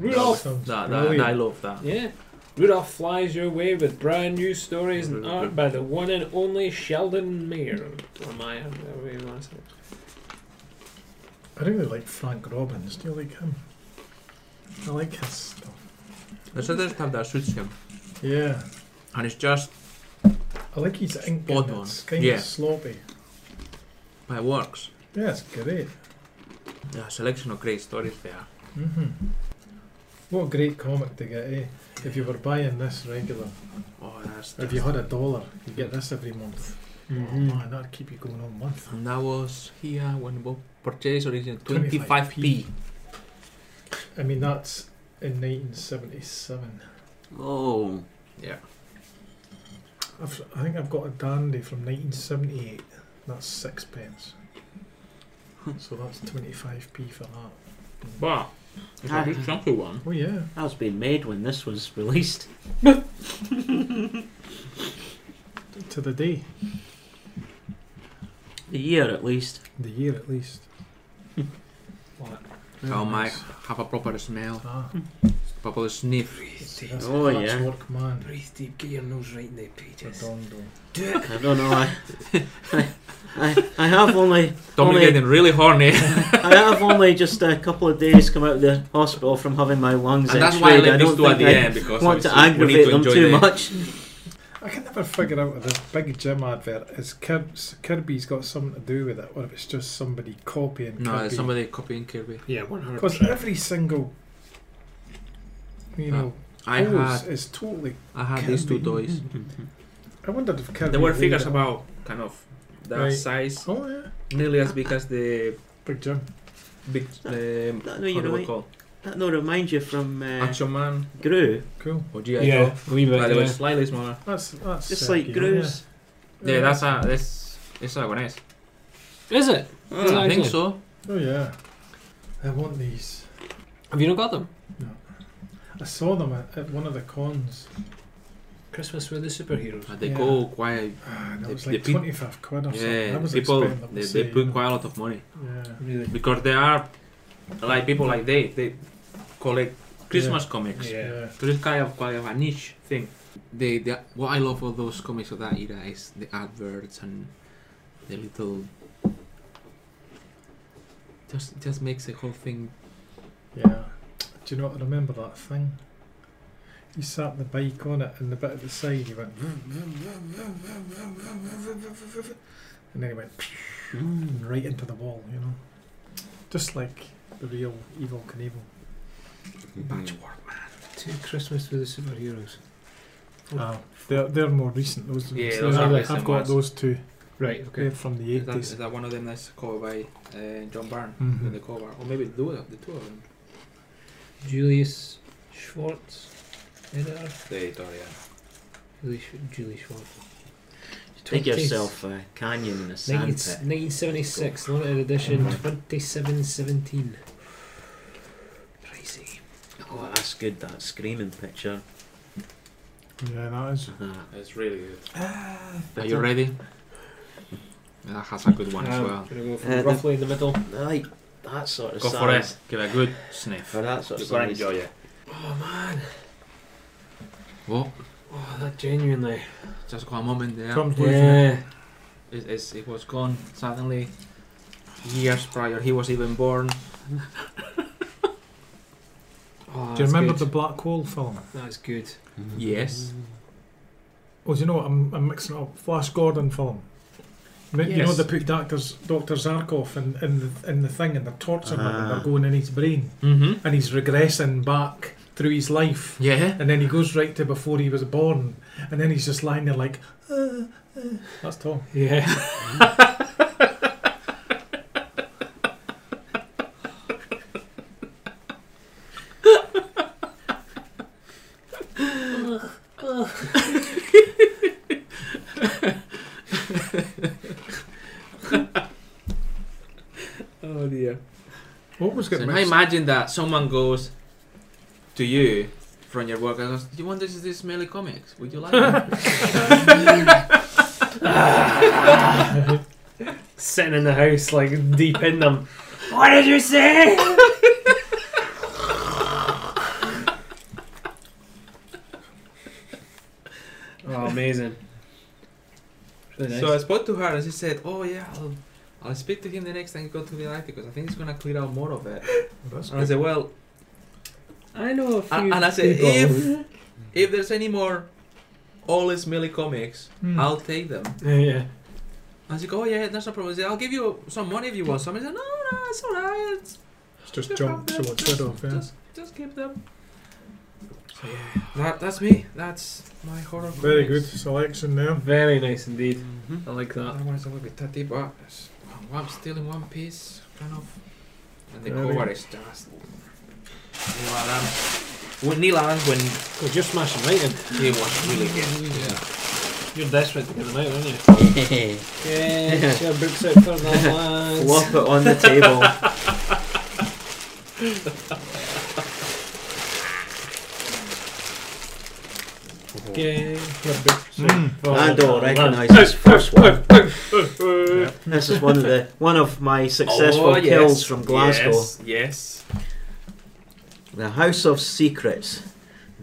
S3: Rudolph!
S1: Sounds
S4: That, that, I
S1: brilliant.
S4: love that.
S3: Yeah. Rudolph flies your way with brand new stories and art by the one and only Sheldon Mayer. Or Meyer, whatever you want to say.
S1: I really like Frank Robbins. Do you like him? I like his stuff.
S4: There's other stuff that suits him,
S1: Yeah.
S4: and it's just
S1: I like his ink.
S4: Spot
S1: and
S4: on.
S1: It's kind
S4: Yeah.
S1: of sloppy.
S4: my works.
S1: Yeah, it's great.
S4: Yeah, selection of great stories there.
S1: hmm What a great comic to get, eh? If you were buying this regular,
S4: Oh, that's.
S1: or if you had a dollar, you get this every month.
S3: Mm-hmm.
S1: Oh man, that'd keep you going all month.
S4: And that was here when Bob purchased original
S1: 25p.
S4: 25p.
S1: I mean, that's in 1977.
S5: Oh,
S4: Yeah.
S1: I've, I think I've got a dandy from 1978. That's six pence. so that's 25p for that.
S4: But it's a big chunky one.
S1: Oh yeah.
S5: Ah, that was being made when this was released.
S1: To the day.
S5: A year at least.
S1: The year at least.
S3: What?
S1: Very
S4: Oh my,
S1: nice.
S4: have a proper smell,
S1: Ah,
S4: proper sniff.
S1: see, that's
S5: Oh,
S1: oh,
S5: yeah.
S1: yeah. Work man.
S3: Breathe deep, get your nose right in the pages.
S1: Redondo.
S5: I don't know. I, I, I, I have only
S4: Tommy
S5: Only-
S4: getting really horny,
S5: I have only just a couple of days come out of the hospital from having my lungs
S4: and that's
S5: x-rayed.
S4: why I left
S5: don't
S4: these two at the
S5: think I
S4: end because
S5: want to
S4: obviously we need
S5: aggravate
S4: to
S5: them
S4: enjoy
S5: too
S4: the-
S5: much.
S1: I can never figure out if this big gym advert is Kirby's, Kirby's got something to do with it, or if it's just somebody copying
S4: No,
S1: Kirby.
S4: it's somebody copying Kirby.
S3: Yeah, 100%.
S1: Because every single, you
S4: Ah,
S1: know,
S4: I
S1: pose
S4: had,
S1: is totally.
S4: I had these two
S1: Kirby.
S4: toys.
S1: I wondered if Kirby.
S4: There were
S1: laid
S4: figures
S1: it-
S4: about kind of that
S1: Right.
S4: size,
S1: Oh yeah,
S4: nearly as big as the
S1: big gym.
S4: big, um,
S5: That no,
S4: what Eh.
S5: you
S4: do we
S5: know,
S4: call?
S5: that no remind you from uh,
S4: Action Man
S5: Gru.
S1: Cool.
S4: or GI Joe.
S3: yeah, a wee
S4: But
S3: bit,
S4: they were
S3: yeah.
S4: slightly smaller.
S1: That's that's
S5: Just
S1: uh,
S5: like
S1: you know,
S5: Gru's.
S4: Yeah, that's a that's it's a nice.
S3: Is it? Is it
S4: I
S3: actually?
S4: think so.
S1: Oh yeah, I want these.
S3: Have you not got them?
S1: I saw them at, at one of the cons.
S3: Christmas with the Superheroes.
S4: But they
S1: Yeah.
S4: go quite.
S1: Ah, and it
S4: They-
S1: was
S4: they
S1: like
S4: put-
S1: twenty five quid or something. I
S4: Yeah,
S1: was
S4: people
S1: expecting them to
S4: they, they
S1: say,
S4: put quite a lot of money
S1: Yeah.
S3: Really?
S4: because there are like people like they they collect Christmas comics.
S3: Yeah.
S1: Yeah.
S4: So it's kind of quite of a niche thing. They, they what I love of those comics of that era is the adverts and the little. Just just makes the whole thing.
S1: Yeah. Do you know what I remember that thing? You sat the bike on it and the bit at the side you went vroom, vroom, vroom, vroom, vroom, vroom, vroom, vroom, vroom, vroom, vroom, and then it went and right into the wall, you know. Just like the real evil Knievel.
S4: Patchwork.
S3: Two Christmas with the Superheroes.
S1: Ah, they're they're more recent those ones.
S4: Yeah,
S1: They're-
S4: those are
S1: I've
S4: recent
S1: got
S4: ones.
S1: those two.
S3: Right,
S1: They're
S3: okay.
S1: from the
S4: Is that, is
S1: eighties.
S4: that one of them that's covered by uh, John Byrne
S1: Mhm.
S4: in the cover, or maybe the two of the two of them?
S3: Julius Schwartz, editor.
S4: The editorial.
S3: Julie, Sch- Julie Schwartz.
S5: Take yourself a canyon in a sand pit.
S3: 1976, limited edition,
S4: Mm.
S3: 2717. Pricey.
S5: Oh, that's good. That screaming picture.
S1: Yeah, that is.
S5: Ah,
S4: It's really good. Are
S5: better.
S4: you ready? That has a good one as
S3: Um,
S4: well.
S3: Gonna go
S5: Uh,
S3: from roughly in the middle.
S5: I like that sort of
S4: Go
S5: size.
S4: for it. Give it a good sniff.
S5: For that sort
S4: You're
S5: of
S4: gonna
S5: size.
S4: enjoy it.
S3: Oh man,
S4: What?
S3: oh that genuinely.
S4: Just got a moment there.
S1: Comes with
S3: Yeah.
S4: It, it's, it was gone suddenly. Years prior, he was even born.
S3: Oh,
S1: Do you remember the
S3: good.
S1: Black Hole film?
S3: That's good.
S4: Yes.
S1: Oh, do you know what? I'm, I'm mixing it up. Flash Gordon film. Ma- You know
S3: Yes.
S1: they put doctors, Doctor Zarkov in, in the in the thing, and they're torturing him, and
S5: Ah.
S1: they're going in his brain,
S4: Mm-hmm.
S1: and he's regressing back through his life,
S4: Yeah.
S1: and then he goes right to before he was born, and then he's just lying there like, "Uh, uh." that's Tom.
S3: Yeah.
S4: Oh dear.
S1: What was
S4: So
S1: getting
S4: now
S1: mixed?
S4: imagine that someone goes to you from your work and goes, "Do you want this? This Melee comics? Would you like?" it?"
S3: Sitting in the house, like deep in them.
S5: What did you say?
S3: Oh, amazing. Really nice.
S4: So I spoke to her and she said, "Oh yeah, I'll, I'll speak to him the next time you go to the light because I think he's gonna clear out more of it."
S1: That's
S4: And I
S1: good.
S4: said, "Well,
S3: I know a few.
S4: and, and I said,
S3: people
S4: if
S3: who-
S4: if there's any more all is Millie comics,
S1: Hmm.
S4: I'll take them."
S3: Yeah, yeah.
S4: And she go, "Oh yeah, that's no problem." I said, "I'll give you some money if you want some." I said, "No, no, it's alright. It's
S1: It's just
S4: just
S1: jumped
S4: have
S1: so
S4: them,
S1: it's rid of. Yeah.
S4: just just keep them." So yeah, that that's me. That's my horror.
S1: Very good
S4: comics.
S1: selection there.
S3: Very nice indeed. I like that.
S4: Otherwise, I would be tatty, but it's- well, I'm still in one piece, kind of. And the
S1: Very
S4: cover
S1: good.
S4: is just. Neil Adams. When Neil Adams, when
S3: Well, you're smashing right in.
S4: he was really good. Yeah.
S3: You're desperate to get them out, aren't you?
S5: Flop
S3: Yeah, get your books out for the lads.
S5: it on the table.
S3: Get your books out
S1: Mm.
S3: for the
S5: Andor
S3: lads.
S5: recognises first one.
S1: Yeah.
S5: This is one of the one of my successful
S4: Oh, yes,
S5: kills from Glasgow.
S4: Yes. yes.
S5: The House of Secrets.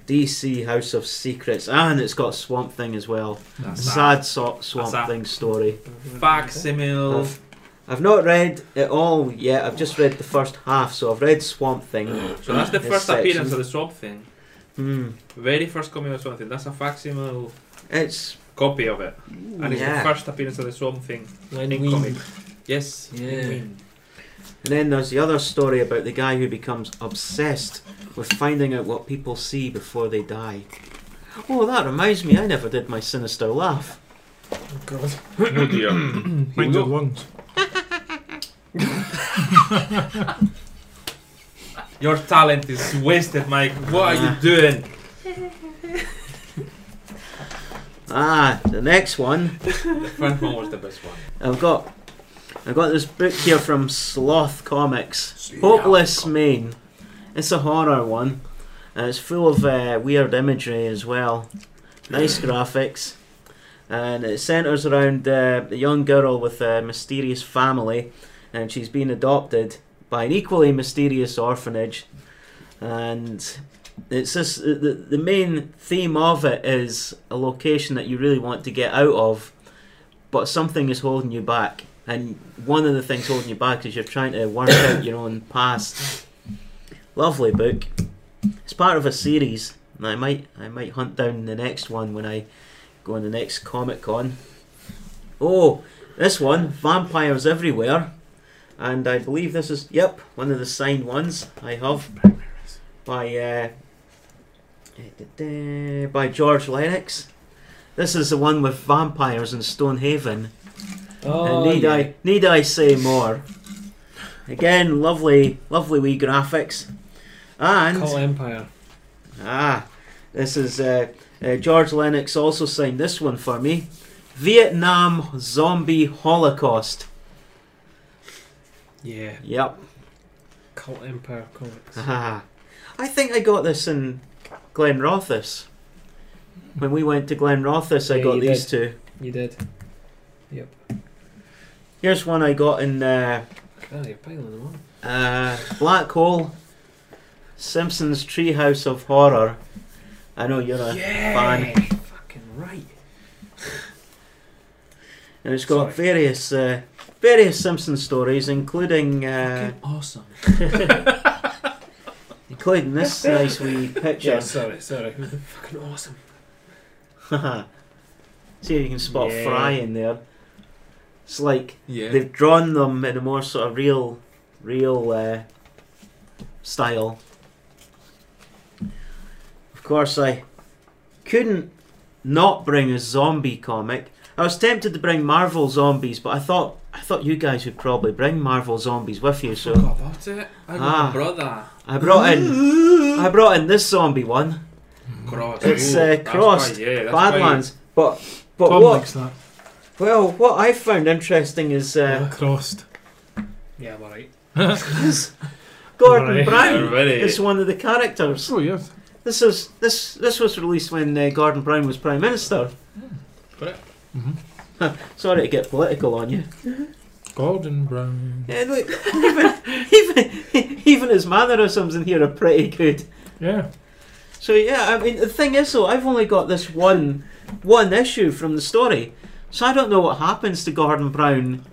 S5: DC House of Secrets. And it's got Swamp Thing as well.
S4: That's a
S5: Sad so- Swamp
S4: That's a-
S5: Thing story.
S4: facsimile.
S5: I've, I've not read it all yet. I've just read the first half, so I've read Swamp Thing.
S4: So that's the
S5: This
S4: first appearance
S5: section.
S4: of the Swamp Thing.
S5: Hmm.
S4: Very first coming of Swamp Thing. That's a facsimile
S5: It's
S4: copy of it. And it's
S5: yeah.
S4: the first appearance of the Swamp Thing
S3: Len
S4: in
S3: Wein.
S4: comic. Yes.
S3: Yeah.
S4: Wein.
S5: And then there's the other story about the guy who becomes obsessed with finding out what people see before they die. Oh, that reminds me, I never did my sinister laugh.
S1: Oh God.
S4: Oh dear. Here we
S1: Mind your
S4: go.
S1: lungs.
S4: Your talent is wasted, Mike. What are you doing?
S5: Ah, the next one.
S4: The first one was the best one.
S5: I've got I've got this book here from Sloth Comics. Hopeless Maine. It's a horror one. And it's full of uh, weird imagery as well. Nice graphics. And it centres around uh, a young girl with a mysterious family, and she's been adopted by an equally mysterious orphanage. And it's just the, the the main theme of it is a location that you really want to get out of, but something is holding you back. And one of the things holding you back is you're trying to work out your own past. Lovely book. It's part of a series, and I might I might hunt down the next one when I go on the next Comic Con. Oh, this one, Vampires Everywhere. And I believe this is yep, one of the signed ones I have by uh, eh, by George Lennox. This is the one with vampires in Stonehaven.
S3: Oh,
S5: And need
S3: yeah.
S5: I need I say more? Again, lovely, lovely wee graphics, and
S3: Call Empire.
S5: ah, this is uh, uh, George Lennox also signed this one for me. Vietnam Zombie Holocaust.
S3: Yeah,
S5: Yep.
S3: Cult Empire comics.
S5: Ah, I think I got this in Glen Rothis. When we went to Glen Rothis, I
S3: Yeah,
S5: got
S3: you
S5: these
S3: did.
S5: two.
S3: You did. Yep.
S5: Here's one I got in uh,
S3: Oh, you're piling them on.
S5: uh, Black Hole, Simpsons Treehouse of Horror. I know you're a fan.
S3: Fucking right.
S5: And it's got various uh, various Simpsons stories, including uh,
S4: Awesome.
S5: including this nice wee picture.
S3: Yeah, sorry, sorry. Fucking awesome.
S5: See if you can spot
S3: Yeah.
S5: Fry in there. It's like
S7: Yeah.
S5: they've drawn them in a more sort of real, real uh, style. Of course, I couldn't not bring a zombie comic. I was tempted to bring Marvel zombies, but I thought I thought you guys would probably bring Marvel zombies with you, so
S7: Forgot about it. I got
S5: Ah.
S7: a brother.
S5: I brought in I brought in this zombie one,
S7: Cross.
S5: It's,
S7: Ooh,
S5: uh,
S7: that's
S5: crossed.
S7: quite- yeah, that's
S5: Badlands. But but
S1: Tom
S5: what?
S1: likes that.
S5: Well, what I found interesting is uh,
S1: Crossed.
S3: Yeah, I'm alright.
S5: Gordon
S3: Right.
S7: quite-
S5: Brown
S7: Already.
S5: is one of the characters.
S1: Oh yeah.
S5: This is this this was released when uh, Gordon Brown was prime minister. Mm-hmm.
S1: hmm
S5: Sorry to get political on you.
S1: Gordon Brown.
S5: Yeah, look, even, even even his mannerisms in here are pretty good.
S1: Yeah.
S5: So yeah, I mean the thing is though, I've only got this one one issue from the story, so I don't know what happens to Gordon Brown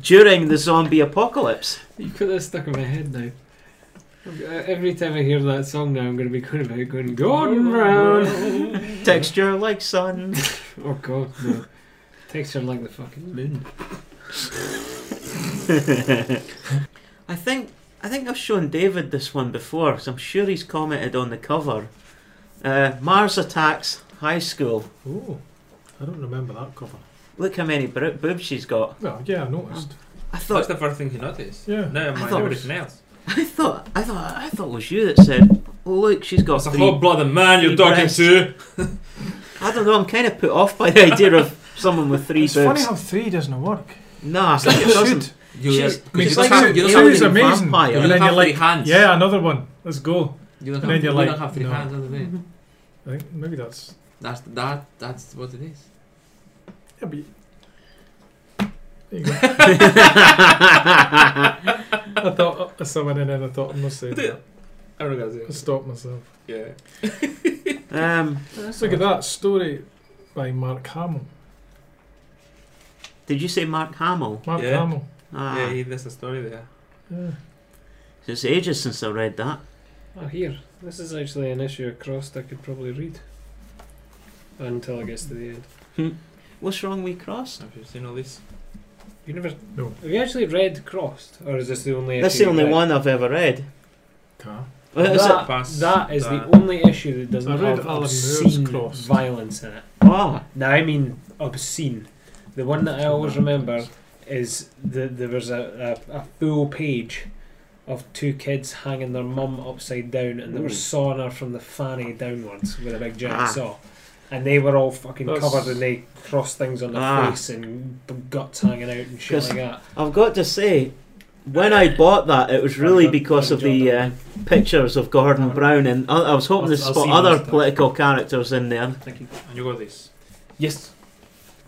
S5: during the zombie apocalypse.
S3: You put that stuck in my head now. I'm- uh, Every time I hear that song now, I'm going to be going about going Gordon Brown.
S5: Texture like sun.
S3: Oh God, no. Texture like the fucking moon.
S5: I think I think I've shown David this one before, 'cause I'm sure he's commented on the cover. Uh, Mars attacks high school.
S1: Oh, I don't remember that cover.
S5: Look how many bro- boobs she's got.
S1: Well, yeah, I noticed.
S5: I
S4: That's
S5: thought,
S4: the first thing he noticed.
S1: Yeah.
S4: No,
S5: I
S4: my
S5: thought it
S4: everything else.
S5: I thought, I thought, I thought it was you that said, "Look, she's got
S4: That's a
S5: three."
S4: hot blooded man
S5: three
S4: you're talking
S5: breasts.
S4: to.
S5: I don't know. I'm kind of put off by the idea of someone with three
S1: It's
S5: boobs.
S1: funny how three doesn't work.
S5: nah, I think it doesn't.
S7: You,
S5: She's-
S7: you
S1: It's
S5: she's
S7: don't
S1: like
S7: have, you
S1: two-
S7: don't
S1: two
S7: have,
S1: is
S7: three-
S1: amazing.
S5: vampire.
S1: And
S7: you
S1: then
S7: don't have
S1: you're
S4: three
S1: like,
S4: hands.
S1: yeah, another one. Let's go.
S7: You don't
S1: And then
S7: have,
S1: you're
S7: you
S1: like,
S7: don't have three
S1: no.
S7: hands on the thing.
S4: Mm-hmm.
S1: I think maybe that's
S7: That's that. That's what it is.
S1: yeah, but there you go. I thought I saw it and then I thought I must say that.
S4: I don't know,
S1: I stopped myself.
S4: Yeah.
S5: Um,
S1: Look at that story by Mark Hamill.
S5: did you say Mark Hamill?
S1: Mark
S4: Yeah.
S1: Hamill.
S5: Ah,
S4: Yeah, he, there's a story there.
S1: Yeah.
S5: it's ages since I read that.
S3: Oh, here. This is actually an issue across that I could probably read. Until it gets to the end.
S5: What's wrong with Cross?
S4: Have you seen all this?
S3: You never.
S1: No.
S3: Have you actually read Crossed? Or is this the only
S5: That's
S3: issue?
S5: the only
S3: you've read?
S5: one I've ever read.
S1: Car.
S5: Well, is it-
S3: That,
S4: Pass
S3: that is
S4: that.
S3: the only issue that doesn't
S1: I read
S3: have
S1: Alan Moore's
S3: obscene
S1: Crossed.
S3: violence in it.
S5: Oh,
S3: Now I mean obscene. The one that I always remember is the there was a, a, a full page of two kids hanging their mum upside down and they were
S5: Ooh.
S3: sawing her from the fanny downwards with a big giant
S5: Ah.
S3: saw. And they were all fucking
S1: That's-
S3: covered and they crossed things on their
S5: Ah.
S3: face and b- guts hanging out and shit
S5: Because-
S3: like that.
S5: I've got to say, when I bought that, it was really because of the uh, pictures of Gordon Brown, and I, I was hoping to
S3: I'll- I'll
S5: spot
S3: see
S5: other
S3: most of it.
S5: political characters in there.
S3: Thank you.
S4: And you got this.
S3: Yes.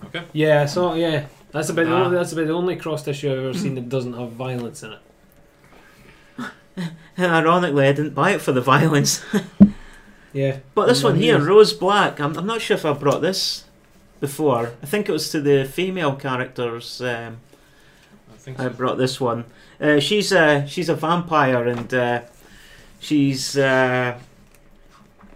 S4: Okay.
S3: Yeah, so yeah. That's about the
S4: Ah.
S3: only, that's about the only crossed issue I've ever seen that doesn't have violence in it.
S5: And ironically, I didn't buy it for the violence.
S3: Yeah.
S5: But this
S3: Well,
S5: one here,
S3: yeah.
S5: Rose Black, I'm, I'm not sure if I brought this before. I think it was to the female characters. Um,
S4: I think
S5: I
S4: so.
S5: brought this one. Uh, she's a she's a vampire, and uh, she's uh,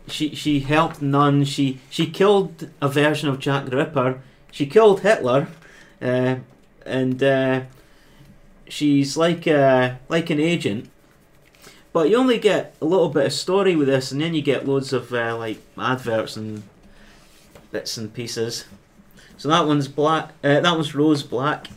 S5: she she helped none. She she killed a version of Jack the Ripper. She killed Hitler, uh, and uh, she's like uh, like an agent. But you only get a little bit of story with this, and then you get loads of uh, like adverts and bits and pieces. So that one's black. Uh, that one's Rose Black.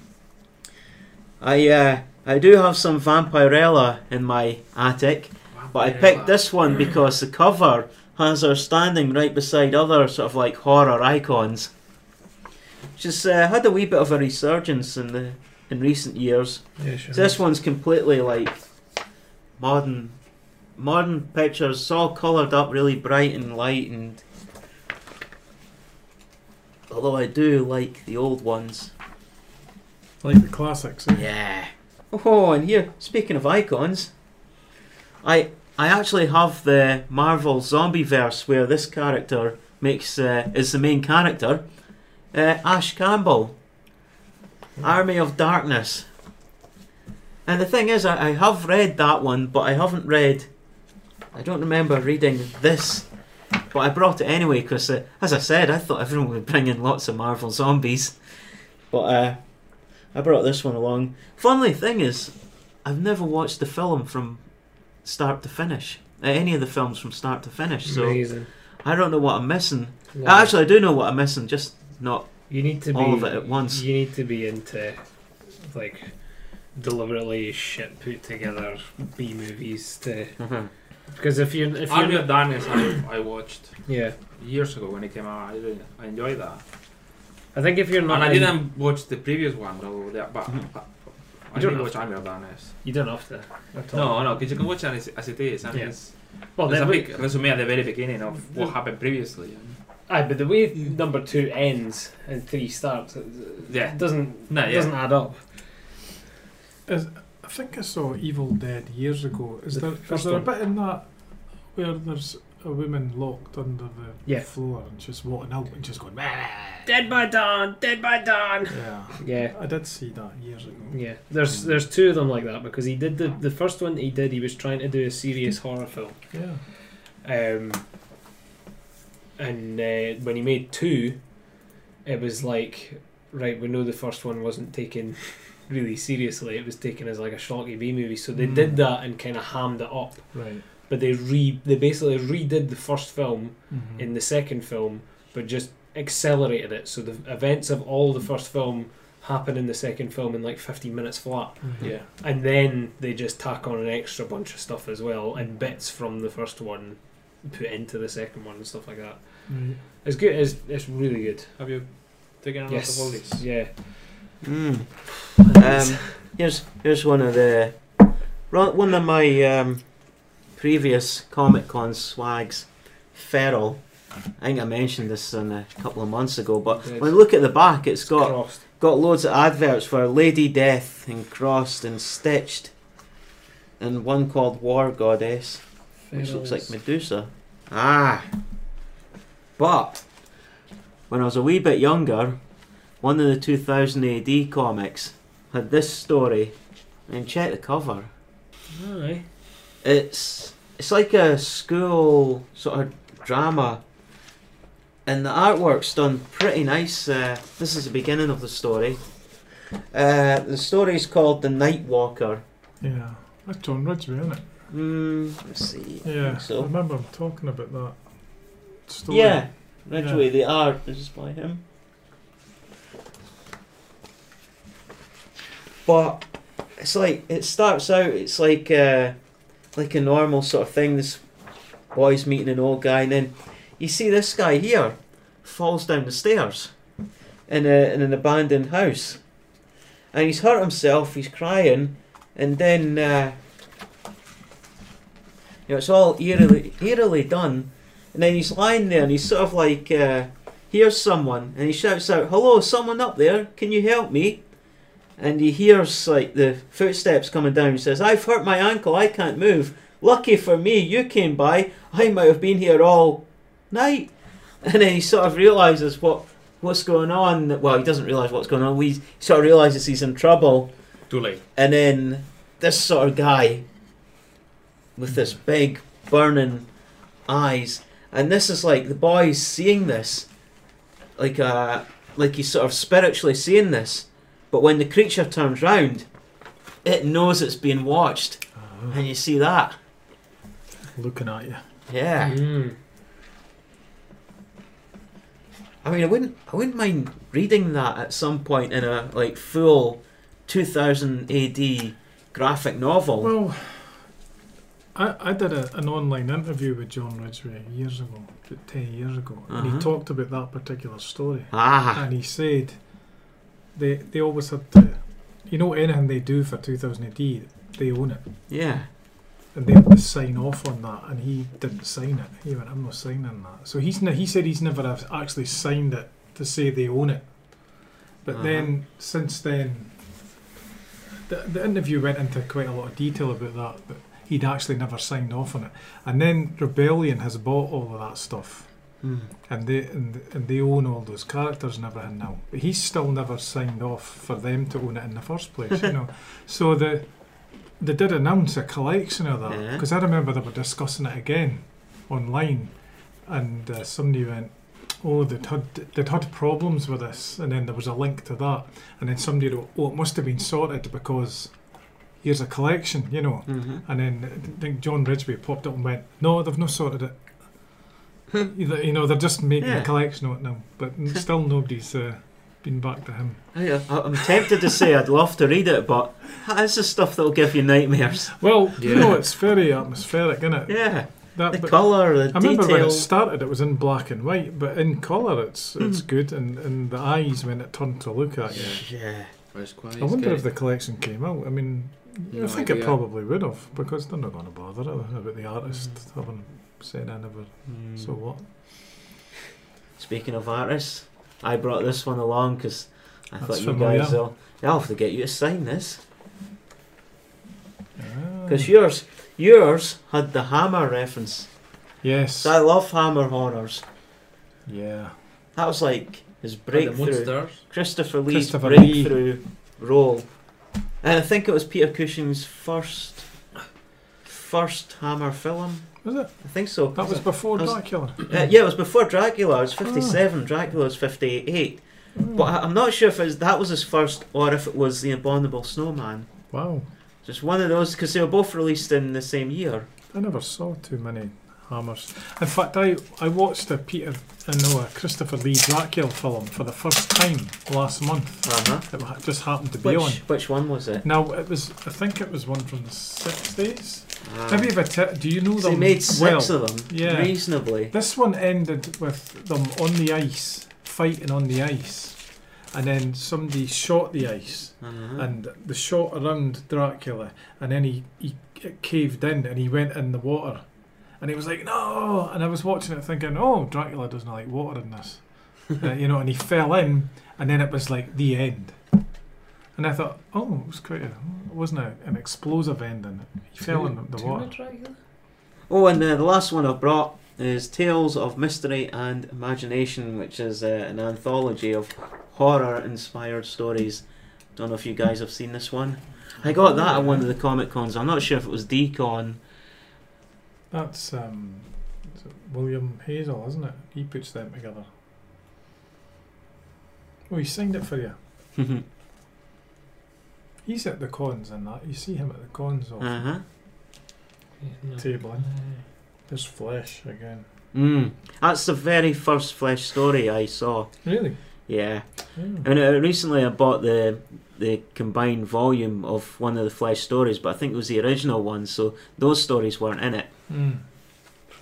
S5: I uh, I do have some Vampirella in my attic, but I picked this one because the cover has her standing right beside other sort of like horror icons. She's uh, had a wee bit of a resurgence in the in recent years.
S3: Yeah, sure.
S5: So this one's completely like modern modern pictures. It's all coloured up really bright and light and although I do like the old ones.
S1: Like the classics. eh?
S5: Yeah. Oh, and here, speaking of icons, I I actually have the Marvel Zombie verse where this character makes uh, is the main character, uh, Ash Campbell, Army of Darkness. And the thing is, I, I have read that one, but I haven't read. I don't remember reading this, but I brought it anyway because, uh, as I said, I thought everyone would bring in lots of Marvel zombies, but uh, I brought this one along. Funny thing is, I've never watched the film from start to finish. Uh, any of the films from start to finish. So
S3: Amazing.
S5: I don't know what I'm missing.
S3: Love it.
S5: Actually, I do know what I'm missing, just not
S3: you need to
S5: all
S3: be
S5: of it at once.
S3: You need to be into like deliberately shit put together B movies to because if you if
S4: Army
S3: you're
S4: of Darkness, I, I watched
S3: yeah
S4: years ago when it came out. I, really, I enjoyed that.
S3: I think if you're
S4: And
S3: not
S4: I
S3: in-
S4: didn't watch the previous one, though, that- but I, I
S3: You don't
S4: Mm-hmm. did
S3: have
S4: watch Army of Darkness.
S3: you don't have to at all.
S4: No, no, because you can watch it as, as it is. And
S3: Yeah.
S4: it's,
S3: well
S4: there's
S3: then
S4: a
S3: we-
S4: big resume at the very beginning of what happened previously.
S3: Aye, but the way number two ends and three starts, it
S4: Mm. Yeah.
S3: doesn't
S4: No,
S3: it
S4: yeah.
S3: doesn't add up.
S1: I think I saw Evil Dead years ago. Is
S3: The
S1: there, is
S3: first
S1: there a
S3: one.
S1: bit in that where there's a woman locked under the
S3: Yeah.
S1: floor and she's walking out and she's going, "Bah."
S3: Dead by dawn, dead by dawn.
S1: yeah.
S3: Yeah,
S1: I did see that years ago. Um,
S3: yeah. There's there's two of them like that because he did the the first one he did he was trying to do a serious horror film.
S1: Yeah.
S3: Um, and uh, when he made two, it was like, right, we know the first one wasn't taken really seriously. It was taken as like a schlocky B movie, so they
S1: Mm.
S3: did that and kind of hammed it up.
S1: Right.
S3: But they re they basically redid the first film
S1: Mhm.
S3: in the second film, but just accelerated it. So the events of all the first film happen in the second film in like 15 minutes flat
S1: Mhm.
S6: Mm-hmm.
S4: Yeah.
S3: and then they just tack on an extra bunch of stuff as well and bits from the first one put into the second one and stuff like that
S1: Right.
S3: it's good it's, it's really good
S4: Have you taken a
S3: yes
S4: lot of all this?
S3: yeah
S5: Mm. Um, here's here's one of the ro- one of my um, previous Comic Con swags, Feral. I think I mentioned this on a couple of months ago, but
S3: Yes.
S5: when you look at the back, it's got
S3: Crossed.
S5: got loads of adverts for Lady Death and Crossed and Stitched, and one called War Goddess, which looks like Medusa. Ah, but when I was a wee bit younger, one of the 2000 AD comics had this story, and check the cover.
S3: Aye.
S5: It's it's like a school sort of drama, and the artwork's done pretty nice. Uh, this is the beginning of the story. Uh, the story is called The Night Walker.
S1: Yeah. That's John Ridgway, isn't it?
S5: Hmm, let's see. I
S1: Yeah.
S5: think so.
S1: I remember him talking about that story.
S5: Yeah, Ridgway, the art is by him. But it's like it starts out. It's like uh, like a normal sort of thing. This boy's meeting an old guy, and then you see this guy here falls down the stairs in a in an abandoned house, and he's hurt himself. He's crying, and then uh, you know it's all eerily eerily done. And then he's lying there and he's sort of like, uh, hears someone and he shouts out, Hello, someone up there, can you help me? And he hears like the footsteps coming down. He says, I've hurt my ankle, I can't move. Lucky for me, you came by. I might have been here all night. And then he sort of realizes what what's going on. Well, he doesn't realize what's going on. He sort of realizes he's in trouble.
S4: Too late.
S5: And then this sort of guy with this big burning eyes, and this is like the boy's seeing this, like uh, like he's sort of spiritually seeing this, but when the creature turns round, it knows it's being watched,
S1: Ah,
S5: and you see that,
S1: looking at you.
S5: yeah.
S1: Mm-hmm.
S3: Mm.
S5: I mean, I wouldn't, I wouldn't mind reading that at some point in a like full 2000 AD graphic novel.
S1: Well, I, I did a, an online interview with John Ridgway years ago, about 10 years ago, and
S5: Uh-huh.
S1: he talked about that particular story.
S5: ah,
S1: And he said they, they always had to, you know, anything they do for 2008, they own it.
S5: yeah,
S1: And they had to sign off on that, and he didn't sign it. He went, I'm not signing that. So he's ne- he said he's never have actually signed it to say they own it. But
S5: Uh-huh.
S1: then, since then, the, the interview went into quite a lot of detail about that, but he'd actually never signed off on it. And then Rebellion has bought all of that stuff,
S5: Hmm.
S6: Mm.
S1: and they and, and they own all those characters and everything now. But he's still never signed off for them to own it in the first place, you know. So the they did announce a collection of that
S5: Yeah.
S1: because I remember they were discussing it again online, and uh, somebody went,
S6: oh, they'd had, they'd had problems with this, and then there was a link to that, and then somebody wrote, oh, it must have been sorted because here's a collection, you know.
S5: Mm-hmm.
S6: And then I think John Ridgway popped up and went, no, they've not sorted it. you know- you know, they're just making
S5: Hmm. Yeah. Hmm.
S6: a collection of it now, but n- still nobody's uh, been back to him.
S5: Oh, I, I'm tempted to say I'd love to read it, but that's the stuff that'll give you nightmares.
S6: Well, you
S8: Yeah.
S6: know, it's very atmospheric, isn't it?
S5: Yeah,
S6: That,
S5: the
S6: but-
S5: colour, the
S6: I remember when it
S5: details.
S6: started, it was in black and white, but in colour, it's it's
S5: Hmm.
S6: good, and, and the eyes when it turned to look at you.
S5: Yeah.
S4: It's quite
S6: I wonder if the collection came out. I mean, I think it probably would have because they're not going to bother are they, about the artist
S5: Mm.
S6: having said anything. So what?
S5: Speaking of artists, I brought this one along because I
S6: That's
S5: thought you
S6: familiar.
S5: guys will. I'll have to get you to sign this because
S6: Ah.
S5: yours, yours had the hammer reference.
S6: yes,
S5: So I love hammer horrors.
S6: yeah,
S5: That was like his
S8: the
S5: breakthrough.
S8: monsters.
S5: Christopher Lee's
S6: Christopher Lee.
S5: breakthrough role. And I think it was Peter Cushing's first first Hammer film.
S6: was it?
S5: I think so.
S6: That was before
S5: That's-
S6: Dracula. Ah.
S5: Uh, yeah, it was before Dracula. It was 57. Dracula was 58.
S6: Hmm.
S5: But I, I'm not sure if it was, that was his first or if it was The Abominable Snowman.
S6: Wow,
S5: Just one of those, because they were both released in the same year.
S6: I never saw too many hammers. In fact, I I watched a Peter, I know a Christopher Lee Dracula film for the first time last month.
S5: Uh-huh.
S6: It wa- just happened to be on.
S5: Which, which one was it?
S6: Now it was, I think it was one from the sixties.
S5: Ah.
S6: Have you ever? T- do you know
S5: 'Cause
S6: them?
S5: they made six
S6: well,
S5: of them,
S6: yeah.
S5: reasonably.
S6: This one ended with them on the ice, fighting on the ice, and then somebody shot the ice,
S5: Uh-huh.
S6: and the shot around Dracula, and then he, he it caved in, and he went in the water, and he was like no, and I was watching it thinking, oh, Dracula doesn't like water in this, Uh, you know, and he fell in, and then it was like the end, and I thought, oh, it was quite, a, wasn't it an explosive ending? He fell in the water.
S5: Oh, and uh, the last one I've brought is Tales of Mystery and Imagination, which is uh, an anthology of horror inspired stories. Don't know if you guys have seen this one. I got that at one of the Comic Cons. I'm not sure if it was DCon.
S6: That's um, is it William Hazel, isn't it? He puts them together. Oh, he signed it for you.
S5: uh
S6: He's at the cons and that. You see him at the cons of
S5: huh.
S6: tabling. There's flesh again.
S5: Mm. That's the very first Flesh story I saw.
S6: Really?
S5: Yeah.
S6: Yeah.
S5: And uh, recently I bought the the combined volume of one of the Flesh stories, but I think it was the original one, so those stories weren't in it.
S3: Hmm.
S6: Mm.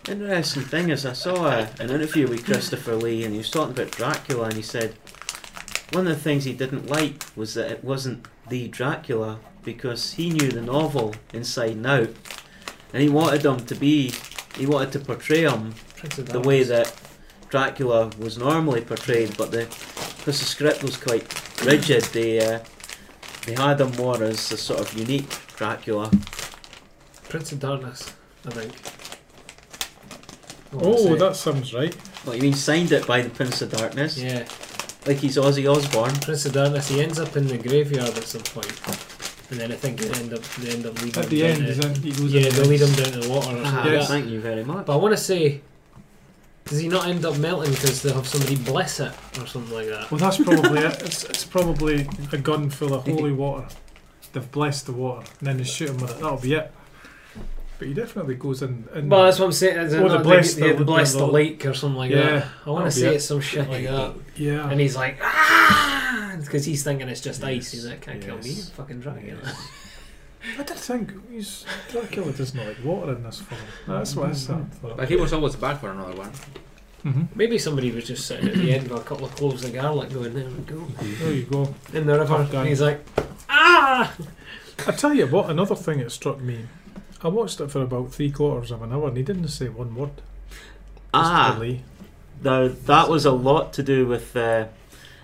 S5: Interesting thing is, I saw a, an interview with Christopher Lee, and he was talking about Dracula, and he said one of the things he didn't like was that it wasn't the Dracula because he knew the novel inside and out, and he wanted them to be, he wanted to portray him the way that Dracula was normally portrayed, but the because the script was quite rigid, they uh, they had him more as a sort of unique Dracula.
S3: Prince of Darkness, I think. I wanna
S6: Oh,
S3: say.
S6: that sounds right.
S5: What you mean signed it by the Prince of Darkness,
S3: Yeah,
S5: like he's Ozzy Osbourne.
S3: Prince of Darkness. He ends up in the graveyard at some point, and then I think they end up they end up leading
S6: At the
S3: him
S6: end,
S3: down
S6: he's
S3: to,
S6: in, he goes
S3: yeah,
S6: in
S3: they
S6: the
S3: lead him down to the water. Or something
S5: Ah,
S3: like
S6: Yes.
S3: that.
S5: Thank you very much.
S3: But I want to say, does he not end up melting because they have somebody bless it or something like that?
S6: Well, that's probably it. It's, it's probably a gun full of holy water. They've blessed the water, and then they shoot him with it. That'll be it. But he definitely goes in. in
S3: Well, that's what I'm saying. Is it
S6: Or the
S3: not the bless,
S6: bless the-
S3: the, the, bless the
S6: the-
S3: lake or something like
S6: yeah,
S3: that. I want to
S6: that'll be
S3: say
S6: it.
S3: it's some shit like that.
S6: yeah.
S3: And he's like, ah, because he's thinking it's just ice. He's like, can't kill me,
S6: Yes.
S3: fucking Dracula.
S6: I did think he's Dracula doesn't like water in this film. That's
S5: Mm-hmm.
S6: what I said.
S4: But he was always back for another one.
S6: Mm-hmm.
S3: Maybe somebody was just sitting at the end with a couple of cloves of garlic going, there we go,
S6: There you go.
S3: in the river.
S6: Tough guy.
S3: And he's like, ah!
S6: I tell you what, another thing that struck me. I watched it for about three quarters of an hour, and he didn't say one word.
S5: ah,
S6: Mr. Lee.
S5: now that was a lot to do with. Uh,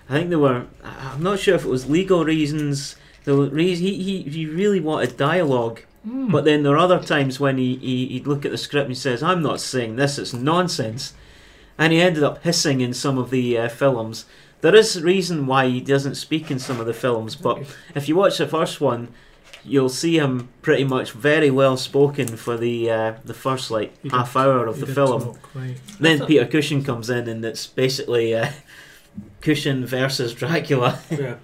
S5: I think there were. I- I'm not sure if it was legal reasons. The reason he, he he really wanted dialogue, but then there are other times when he, he he'd look at the script and he says, "I'm not saying this. It's nonsense," and he ended up hissing in some of the uh, films. There is reason why he doesn't speak in some of the films, but if you watch the first one, you'll see him pretty much very well spoken for the uh, the first like
S1: He did-
S5: half hour of
S1: he
S5: the
S1: did
S5: film.
S1: talk, right.
S5: Then Peter Cushing comes in, and it's basically uh, Cushing versus Dracula.
S3: yeah.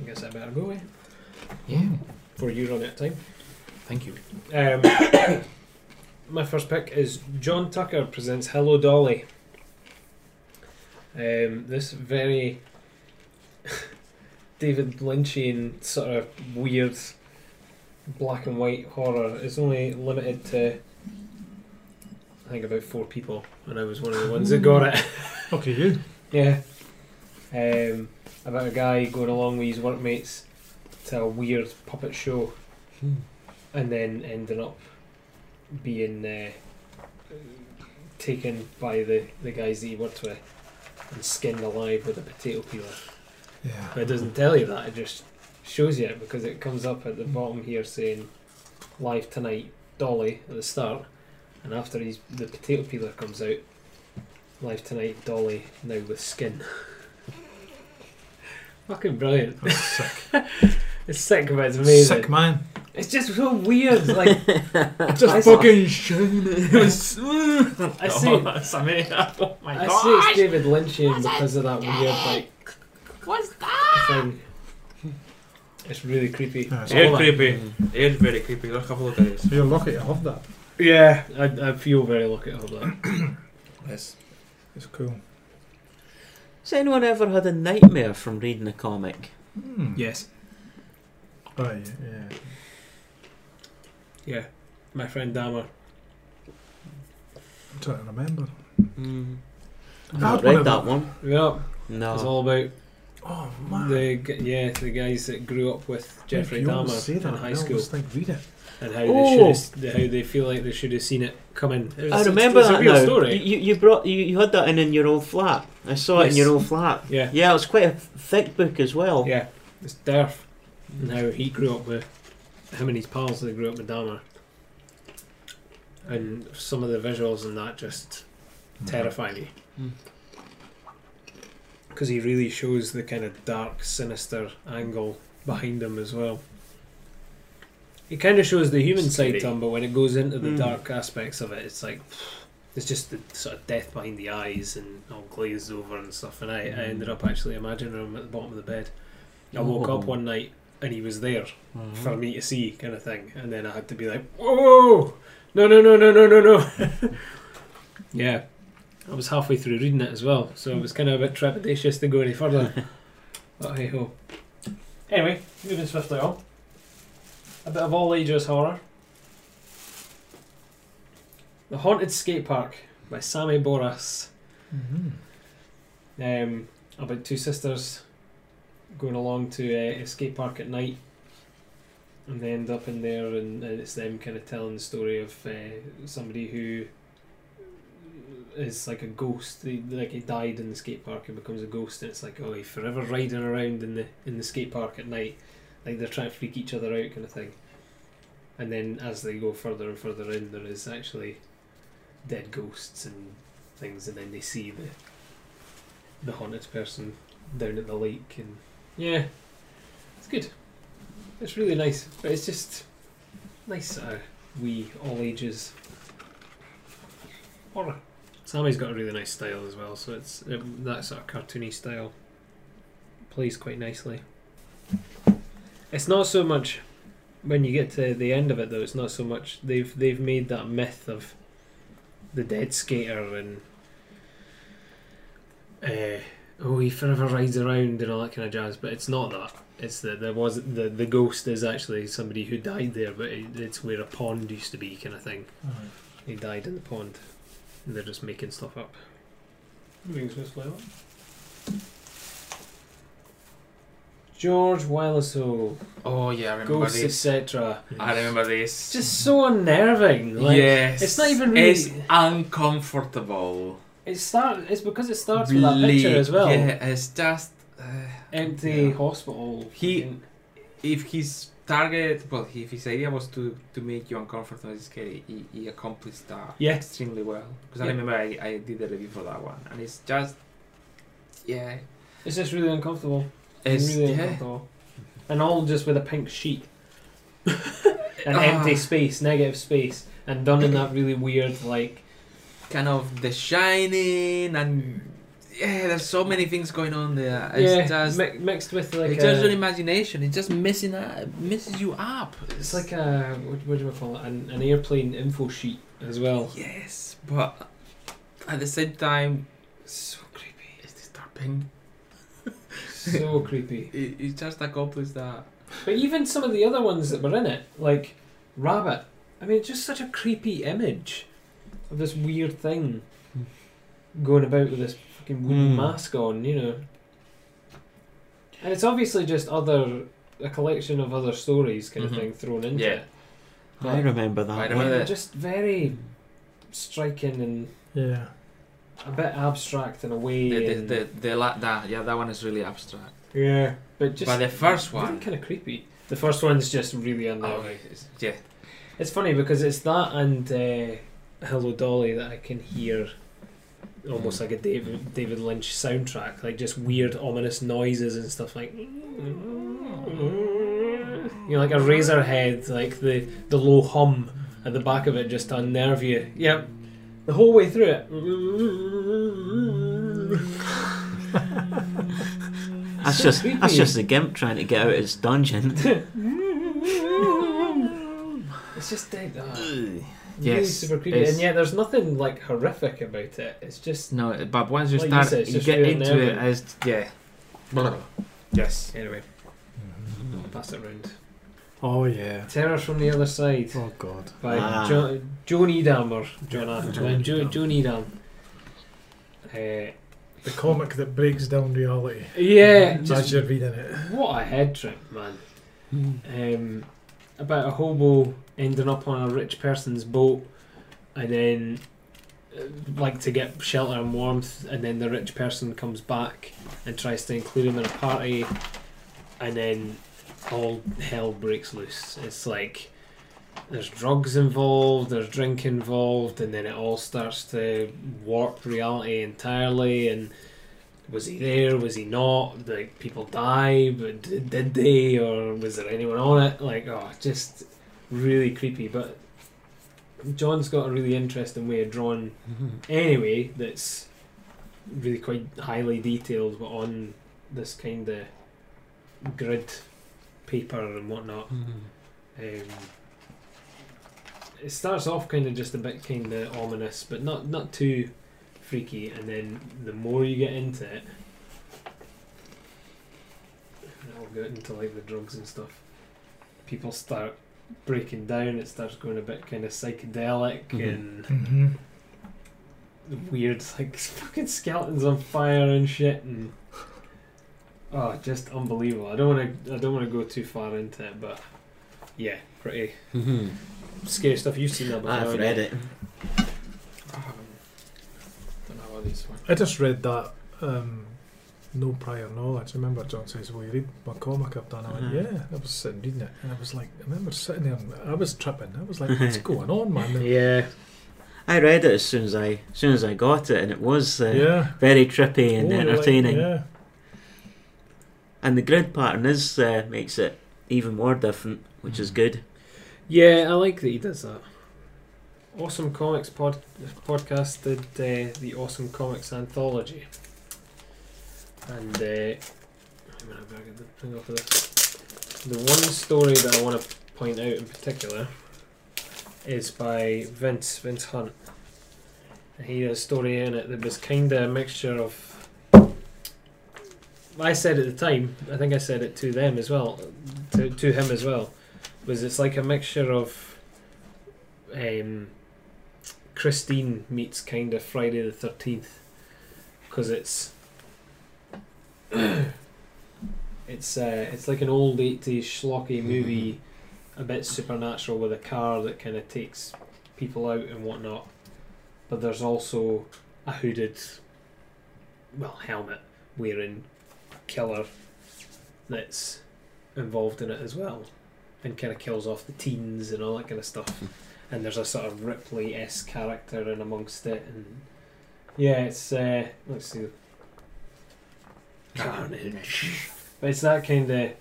S3: I guess I better go, eh?
S1: Yeah.
S3: Before you eh? run out of time.
S1: Thank you.
S3: Um, my first pick is John Tucker presents Hello Dolly. Um, this very David Lynchian sort of weird black and white horror is only limited to I think about four people, and I was one of the ones that got it.
S1: Okay, you.
S3: Yeah. Um, about a guy going along with his workmates to a weird puppet show and then ending up being uh, taken by the, the guys that he worked with and skinned alive with a potato peeler.
S1: Yeah.
S3: But it doesn't tell you that, it just shows you it because it comes up at the bottom here saying live tonight, Dolly at the start, and after he's, the potato peeler comes out, live tonight, Dolly now with skin. Fucking brilliant.
S1: That's sick.
S3: It's sick, but it's amazing.
S1: Sick man.
S3: It's just so weird. Like
S1: Just
S3: I saw-
S1: fucking shine it. It's-
S3: I see,
S4: That's amazing. Oh my
S3: I
S4: god.
S3: see it's David Lynchian because of that weird like
S7: What's that?
S3: thing. It's really creepy.
S1: Yeah, it's
S4: Air
S1: all that.
S4: creepy. Air very creepy. Let's have a look at this.
S1: You're lucky to have that.
S3: Yeah, I, I feel very lucky to have that.
S4: Yes.
S1: It's cool.
S5: Has anyone ever had a nightmare from reading a comic?
S1: Hmm.
S3: Yes.
S1: Oh, yeah, yeah.
S3: Yeah. My friend Dahmer.
S1: I'm trying to remember. Mm-hmm.
S5: I've
S1: I had
S5: not
S1: one of
S5: read that
S1: them.
S5: one.
S3: Yeah, it's
S5: No.
S3: all about
S1: Oh man.
S3: the g- yeah the guys that grew up with Jeffrey
S1: You always
S3: Dahmer
S1: say
S3: in
S1: that, I
S3: high
S1: always
S3: school
S1: think, read it.
S3: and how
S5: Oh.
S3: they should how they feel like they should have seen it coming. It was-
S5: I
S3: it's-
S5: remember
S3: it's
S5: that
S3: a real
S5: now.
S3: story.
S5: You, you brought you, you had that in in your old flat. I saw it in
S3: Yes.
S5: your old flat.
S3: Yeah,
S5: Yeah, it was quite a thick book as well.
S3: yeah. It's Derf and how he grew up with him and his pals. They grew up with Dahmer, and some of the visuals in that just terrify me
S5: Mm.
S3: because he really shows the kind of dark, sinister angle behind him as well. It kind of shows the human side
S4: Scary.
S3: to him, but when it goes into the
S5: Mm.
S3: dark aspects of it, it's like it's just the sort of death behind the eyes and all glazed over and stuff. And I, I ended up actually imagining him at the bottom of the bed. I woke up
S5: Oh.
S3: one night and he was there
S5: Mhm.
S4: Mm-hmm.
S3: for me to see, kind of thing. And then I had to be like, whoa, no, no, no, no, no, no, no. yeah, I was halfway through reading it as well, so it was kind of a bit trepidatious to go any further. but hey ho. Anyway, moving swiftly on. A bit of all ages horror. The Haunted Skate Park by Sammy Boras
S1: Mm-hmm.
S3: um, about two sisters going along to uh, a skate park at night and they end up in there and, and it's them kind of telling the story of uh, somebody who is like a ghost They- like he died in the skate park and becomes a ghost and it's like oh he's forever riding around in the in the skate park at night like they're trying to freak each other out kind of thing and then as they go further and further in there is actually dead ghosts and things and then they see the the haunted person down at the lake and yeah it's good it's really nice but it's just nice uh, wee all ages horror Sammy's got a really nice style as well so it's um, that sort of cartoony style plays quite nicely it's not so much when you get to the end of it though it's not so much they've they've made that myth of the dead skater and uh, oh he forever rides around and all that kind of jazz but it's not that it's that there was the the ghost is actually somebody who died there but it, it's where a pond used to be kind of thing he died in the pond and they're just making stuff up George Wileso,
S4: Oh yeah, I remember
S3: Ghosts,
S4: this.
S3: etc.
S4: I remember
S3: It's
S4: this.
S3: just so unnerving. Like,
S4: yes.
S3: it's not even really-
S4: It's uncomfortable.
S3: It start, it's because it starts with that picture as well.
S4: Yeah, it's just uh,
S3: Empty
S4: Yeah.
S3: hospital.
S4: He-
S3: fucking-
S4: if his target, well, if his idea was to, to make you uncomfortable and scary, he, he accomplished that
S3: Yeah.
S4: extremely well. Because I
S3: Yeah.
S4: remember I, I did a review for that one, and it's just, yeah,
S3: It's just really uncomfortable.
S4: it's
S3: really
S4: yeah,
S3: uncomfortable. And all just with a pink sheet. an
S4: Ah.
S3: empty space, negative space, and done in that really weird like
S4: kind of The Shining and yeah, there's so many things going on there. It's
S3: yeah,
S4: just
S3: mi- mixed with like
S4: it's
S3: a,
S4: just your imagination. It just messing up, messes you up.
S3: it's like a what, what do I call it? An, an airplane info sheet as well.
S4: yes, but at the same time, so creepy. It's disturbing.
S3: So creepy.
S4: It, it just accomplishes that.
S3: But even some of the other ones that were in it, like Rabbit, I mean, just such a creepy image of this weird thing going about with this fucking wooden
S5: Hmm.
S3: mask on, you know. And it's obviously just other a collection of other stories kind
S4: Mhm.
S3: of thing thrown into
S4: Yeah.
S3: it.
S5: I remember that.
S4: I
S5: one.
S4: remember
S3: They're
S4: that.
S3: just very striking and
S1: Yeah.
S3: a bit abstract in a way.
S4: The, the,
S3: and-
S4: the, the la- that yeah, that one is really abstract.
S3: yeah, but just
S4: but the first one,
S3: kind of creepy. The first one's just really unnerving.
S4: oh, it's- yeah,
S3: It's funny because it's that and uh, Hello Dolly that I can hear almost like a David David Lynch soundtrack, like just weird ominous noises and stuff like you know, like a razor head, like the the low hum at the back of it just to unnerve you. Yep. The whole way through it.
S5: That's
S3: So
S5: just
S3: creepy.
S5: that's just the gimp trying to get out of his dungeon.
S3: It's just dead. ah, really
S4: Yes,
S3: super creepy.
S4: it's-
S3: And yet there's nothing like horrific about it. It's just
S4: no. But once you
S3: Like you
S4: start,
S3: said, it's
S4: you,
S3: just
S4: get
S3: really
S4: into it.
S3: unnerving.
S4: As yeah, blah, blah, blah. yes.
S3: anyway. I'll pass it round.
S1: Oh yeah.
S3: Terror from the Other Side
S1: Oh god.
S3: by
S5: Ah.
S3: jo- Joan Edam or John Ad-
S1: Joan
S3: uh, Jo-
S1: Edam.
S3: Joan Edam. Uh,
S1: The comic that breaks down reality.
S3: yeah,
S1: As
S3: just
S1: you're reading it.
S3: what a head trip, man. Um, about a hobo ending up on a rich person's boat and then uh, like to get shelter and warmth and then the rich person comes back and tries to include him in a party and then all hell breaks loose it's like there's drugs involved there's drink involved and then it all starts to warp reality entirely and was he there was he not like people die but d- did they or was there anyone on it like oh just really creepy but john's got a really interesting way of drawing anyway that's really quite highly detailed but on this kind of grid paper and whatnot um, it starts off kind of just a bit kind of ominous but not not too freaky and then the more you get into it and I'll get into like the drugs and stuff people start breaking down it starts going a bit kind of psychedelic
S5: Mhm.
S3: and
S1: Mm-hmm.
S3: the weird like fucking skeletons on fire and shit and oh just unbelievable i don't want to i don't want to go too far into it but yeah pretty scary stuff you've seen that before
S5: I've
S3: haven't
S5: read
S3: you?
S5: it.
S4: I haven't- don't know about this one.
S1: I just read that. Um, no prior knowledge. I remember John says, "Well, you read my comic I've done." I went,
S4: Mhm.
S1: "Yeah." I was sitting reading it, and I was like, I remember sitting there, and I was tripping. I was like, "What's going on, man?" And-
S3: yeah
S5: I read it as soon as I as soon as I got it, and it was uh,
S1: yeah.
S5: very trippy and
S1: Oh, you're like,
S5: entertaining.
S1: yeah.
S5: And the grid pattern is uh, makes it even more different, which
S1: Mm.
S5: is good.
S3: yeah i like that he does that awesome comics pod- podcast did uh, the awesome comics anthology and uh, I'm gonna get the thing off of this. The one story that I want to point out in particular is by Vince Vince Hunt. And He had a story in it that was kind of a mixture of. I said at the time, I think I said it to them as well, to to him as well, was it's like a mixture of. Um, Christine meets kind of Friday the Thirteenth, because it's it's uh, it's like an old '80s schlocky movie, a bit supernatural with a car that kind of takes people out and whatnot. But there's also a hooded, well, helmet wearing killer that's involved in it as well, and kind of kills off the teens and all that kind of stuff. And there's a sort of Ripley s character in amongst it, and yeah, it's uh, let's see, carnage. But it's that kind of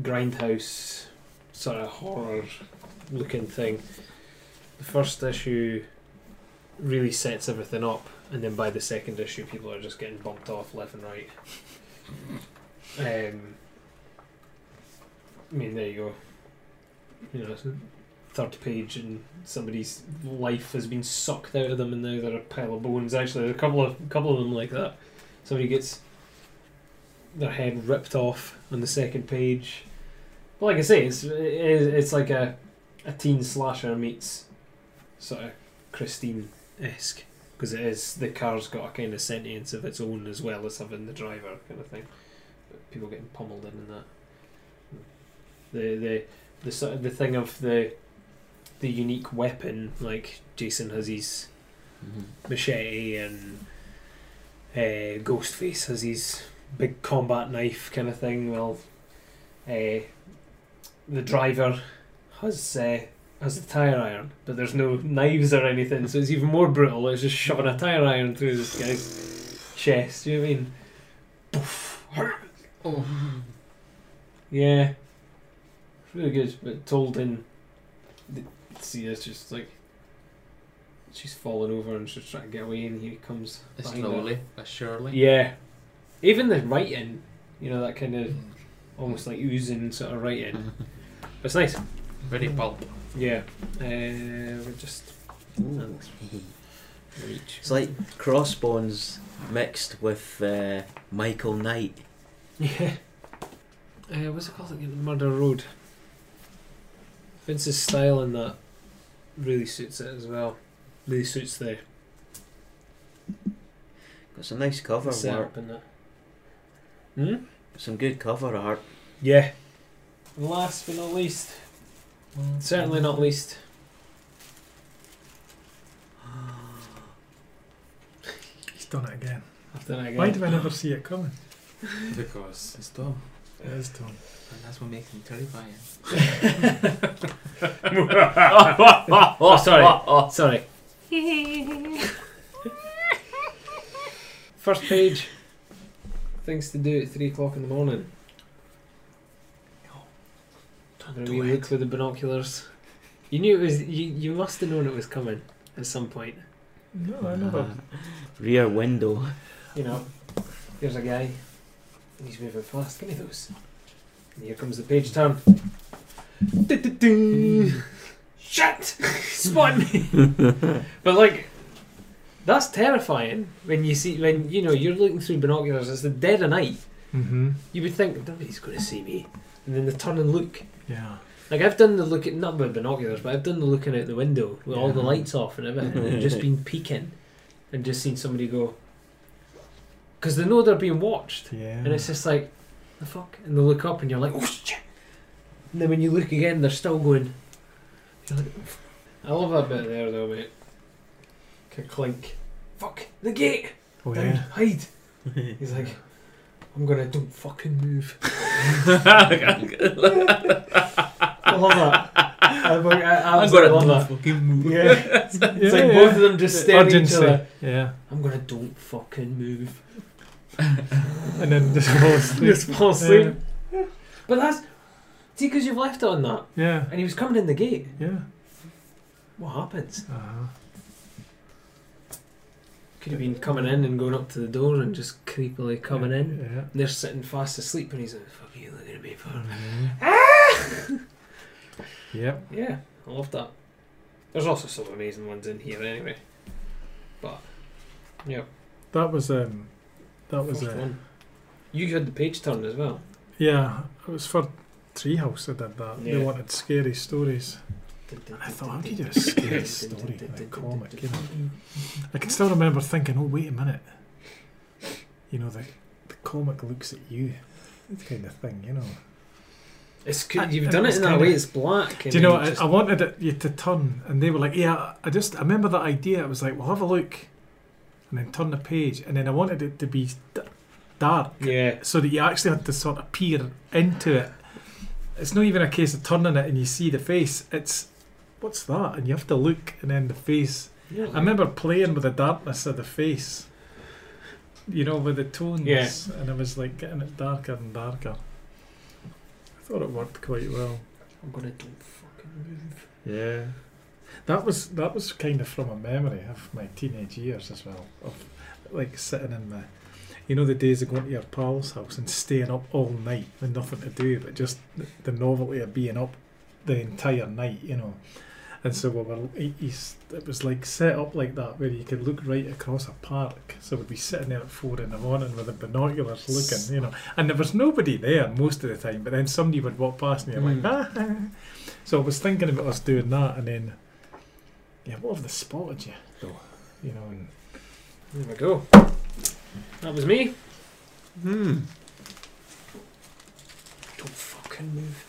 S3: grindhouse sort of horror looking thing. The first issue really sets everything up, and then by the second issue, people are just getting bumped off left and right. Um, I mean, there you go. You know, it's the third page, and somebody's life has been sucked out of them, and now they're a pile of bones. Actually, there are a couple of couple of them like that. Somebody gets their head ripped off on the second page. But like I say, it's it is- it's like a a teen slasher meets sort of Christine esque because it is the car's got a kind of sentience of its own as well as having the driver kind of thing. But people getting pummeled in and that. The the the sort of the thing of the the unique weapon like Jason has his
S4: Mm-hmm.
S3: machete and uh, Ghostface has his big combat knife kind of thing. Well, uh, the driver has uh, has a tire iron, but there's no knives or anything, so it's even more brutal. It's just shoving a tire iron through this guy's chest. Do you know what I mean? Poof.
S4: Oh.
S3: Yeah, it's really good, but told in. See, it's just like she's fallen over and she's trying to get away, and he comes. behind her.
S4: slowly but surely.
S3: Yeah. Even the writing, you know, that kind of almost like oozing sort of writing. but it's nice.
S4: Very pulp.
S3: Yeah. Uh, we're just
S5: Ooh.
S3: reach.
S5: It's like Crossbones mixed with uh, Michael Knight.
S3: Yeah. Uh, what's it called again? Murder Road. Vince's style in that really suits it as well. Really suits the
S5: Got some nice cover art.
S3: setup in that. Hmm?
S5: Some good cover art.
S3: Yeah. Last but not least. Certainly not least.
S1: He's done it again.
S3: I've done it again.
S1: Why do I never see it coming?
S4: Because it's dumb.
S1: It is Tom.
S4: And that's what makes him terrifying.
S3: oh, sorry. Sorry. First page. Things to do at three o'clock in the morning. Gonna
S4: do
S3: wee look with the binoculars. You knew it was. You, you must have known it was coming at some point.
S1: No, Oh, I never.
S5: Uh, Rear window.
S3: You know, here's a guy. And he's moving fast. Give me those. And here comes the page turn. Du-du-du. Shit! Spot me. but like, that's terrifying when you see when you know you're looking through binoculars. It's the dead of night.
S1: Mm-hmm.
S3: You would think nobody's going to see me, and then they turn and look.
S1: Yeah.
S3: Like I've done the look at not with binoculars, but I've done the looking out the window with all the
S1: Yeah.
S3: lights off and everything, and just been peeking, and just seen somebody go. Because they know they're being watched,
S1: Yeah.
S3: and it's just like, the fuck, and they look up, and you're like, oh shit. And then when you look again, they're still going. You're like, I love that bit there though, mate. Could clink. Fuck the gate.
S1: oh
S3: Down,
S1: yeah.
S3: hide. He's like, I'm gonna don't fucking move.
S4: Mm-hmm.
S3: I love that. I, I, I
S4: I'm gonna
S3: absolutely love
S4: do
S3: that.
S4: fucking move.
S3: Yeah.
S1: yeah,
S3: It's like
S1: yeah.
S3: both of them just staring at each
S1: Urgency.
S3: other.
S1: Yeah.
S3: I'm gonna don't fucking move.
S1: And then just fall asleep.
S3: Just fall asleep. But that's see, because you've left it on that,
S1: Yeah.
S3: and he was coming in the gate.
S1: Yeah.
S3: What happens?
S1: Uh-huh.
S3: Could have been coming in and going up to the door and just creepily coming in. And
S1: Yeah.
S3: they're sitting fast asleep, and he's like, "Fuck you, looking at me for." Ah!
S1: Yep.
S3: Yeah, I love that. There's also some amazing ones in here, anyway. But yeah,
S1: That was um. That was
S3: first
S1: uh,
S3: one. You had the page turn as well.
S1: yeah. It was for Treehouse. I did that.
S3: Yeah.
S1: They wanted scary stories. And I thought, how do you do a scary story in a comic? You know? I can still remember thinking, oh, wait a minute. You know, the, the comic looks at you. That kind of thing, you know.
S3: It's good.
S1: And-
S3: You've
S1: and
S3: done it
S1: it's
S3: in that
S1: kinda-
S3: way. It's black.
S1: Do
S3: and
S1: you know,
S3: then
S1: I,
S3: just-
S1: I wanted it, you to turn, and they were like, yeah, I just, I remember that idea. It was like, well, have a look. And then turn the page. And then I wanted it to be d- dark,
S3: yeah,
S1: so that you actually had to sort of peer into it. It's not even a case of turning it and you see the face. It's, what's that? And you have to look, and then the face
S3: yeah.
S1: I remember playing with the darkness of the face, you know, with the tones,
S3: Yeah.
S1: and it was like getting it darker and darker. I thought it worked quite well.
S3: I'm gonna don't fucking move.
S9: Yeah.
S6: That was that was kind of from a memory of my teenage years as well. Of like sitting in the, you know, the days of going to your pal's house and staying up all night with nothing to do, but just th- the novelty of being up the entire night, you know. And so we were, he- he's, it was like set up like that where you could look right across a park. So we'd be sitting there at four in the morning with the binoculars looking, you know. And there was nobody there most of the time, but then somebody would walk past and you're like, ah. So I was thinking about us doing that and then yeah, what if they spotted you though? You know, and
S3: There we go. That was me.
S5: Hmm.
S3: Don't fucking move.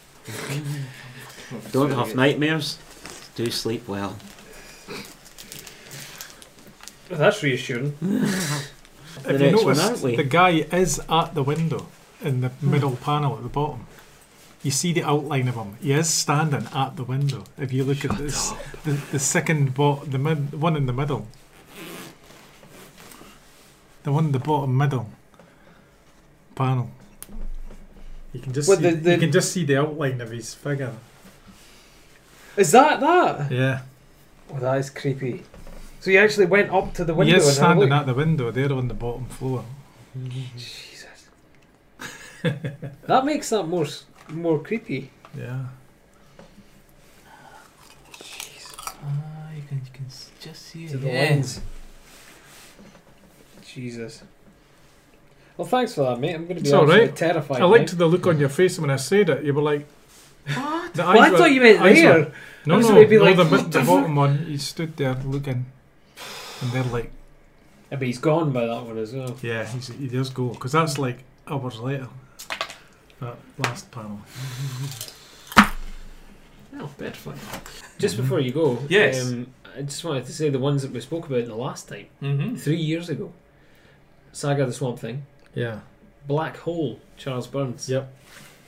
S5: Don't have nightmares. Do sleep well.
S3: Well, Oh, that's reassuring.
S5: The
S6: if you
S5: next one,
S6: notice,
S5: aren't we?
S6: the guy is at the window in the middle panel at the bottom. You see the outline of him. He is standing at the window. If you look at this, the, the second bot, the mid, one in the middle, the one in the bottom middle panel. You can just
S3: With
S6: see,
S3: the- the-
S6: you can just see the outline of his figure.
S3: Is that that?
S6: Yeah,
S3: Oh, that is creepy. So you actually went up to the
S6: he
S3: window
S6: is
S3: and had a
S6: standing
S3: look.
S6: at the window. They're on the bottom floor.
S3: Jesus. that makes that more s- more creepy.
S6: Yeah.
S9: Ah, you can, you can s- just see it.
S3: to the
S9: yeah.
S3: lens. Jesus. Well, thanks for that, mate. I'm going to be
S6: It's all
S3: absolutely
S6: right.
S3: terrified.
S6: I
S3: now.
S6: liked the look on your face when I said it. You were like, "What?" The
S3: Well, I thought you meant
S6: eyes
S3: there.
S6: were- no,
S3: I was
S6: no,
S3: gonna be
S6: no.
S3: like,
S6: the,
S3: "What
S6: mid-
S3: the
S6: the bottom one. He stood there looking, and they're like,
S3: Yeah, but he's gone by that one as well.
S6: "Yeah, he's, he does go," because that's like hours later. That last panel.
S3: Oh, bedford. Just
S6: Mm-hmm.
S3: before you go,
S4: Yes.
S3: um, I just wanted to say the ones that we spoke about the last time,
S4: Mm-hmm.
S3: three years ago. Saga of the Swamp Thing,
S6: Yeah.
S3: Black Hole, Charles Burns,
S6: Yep.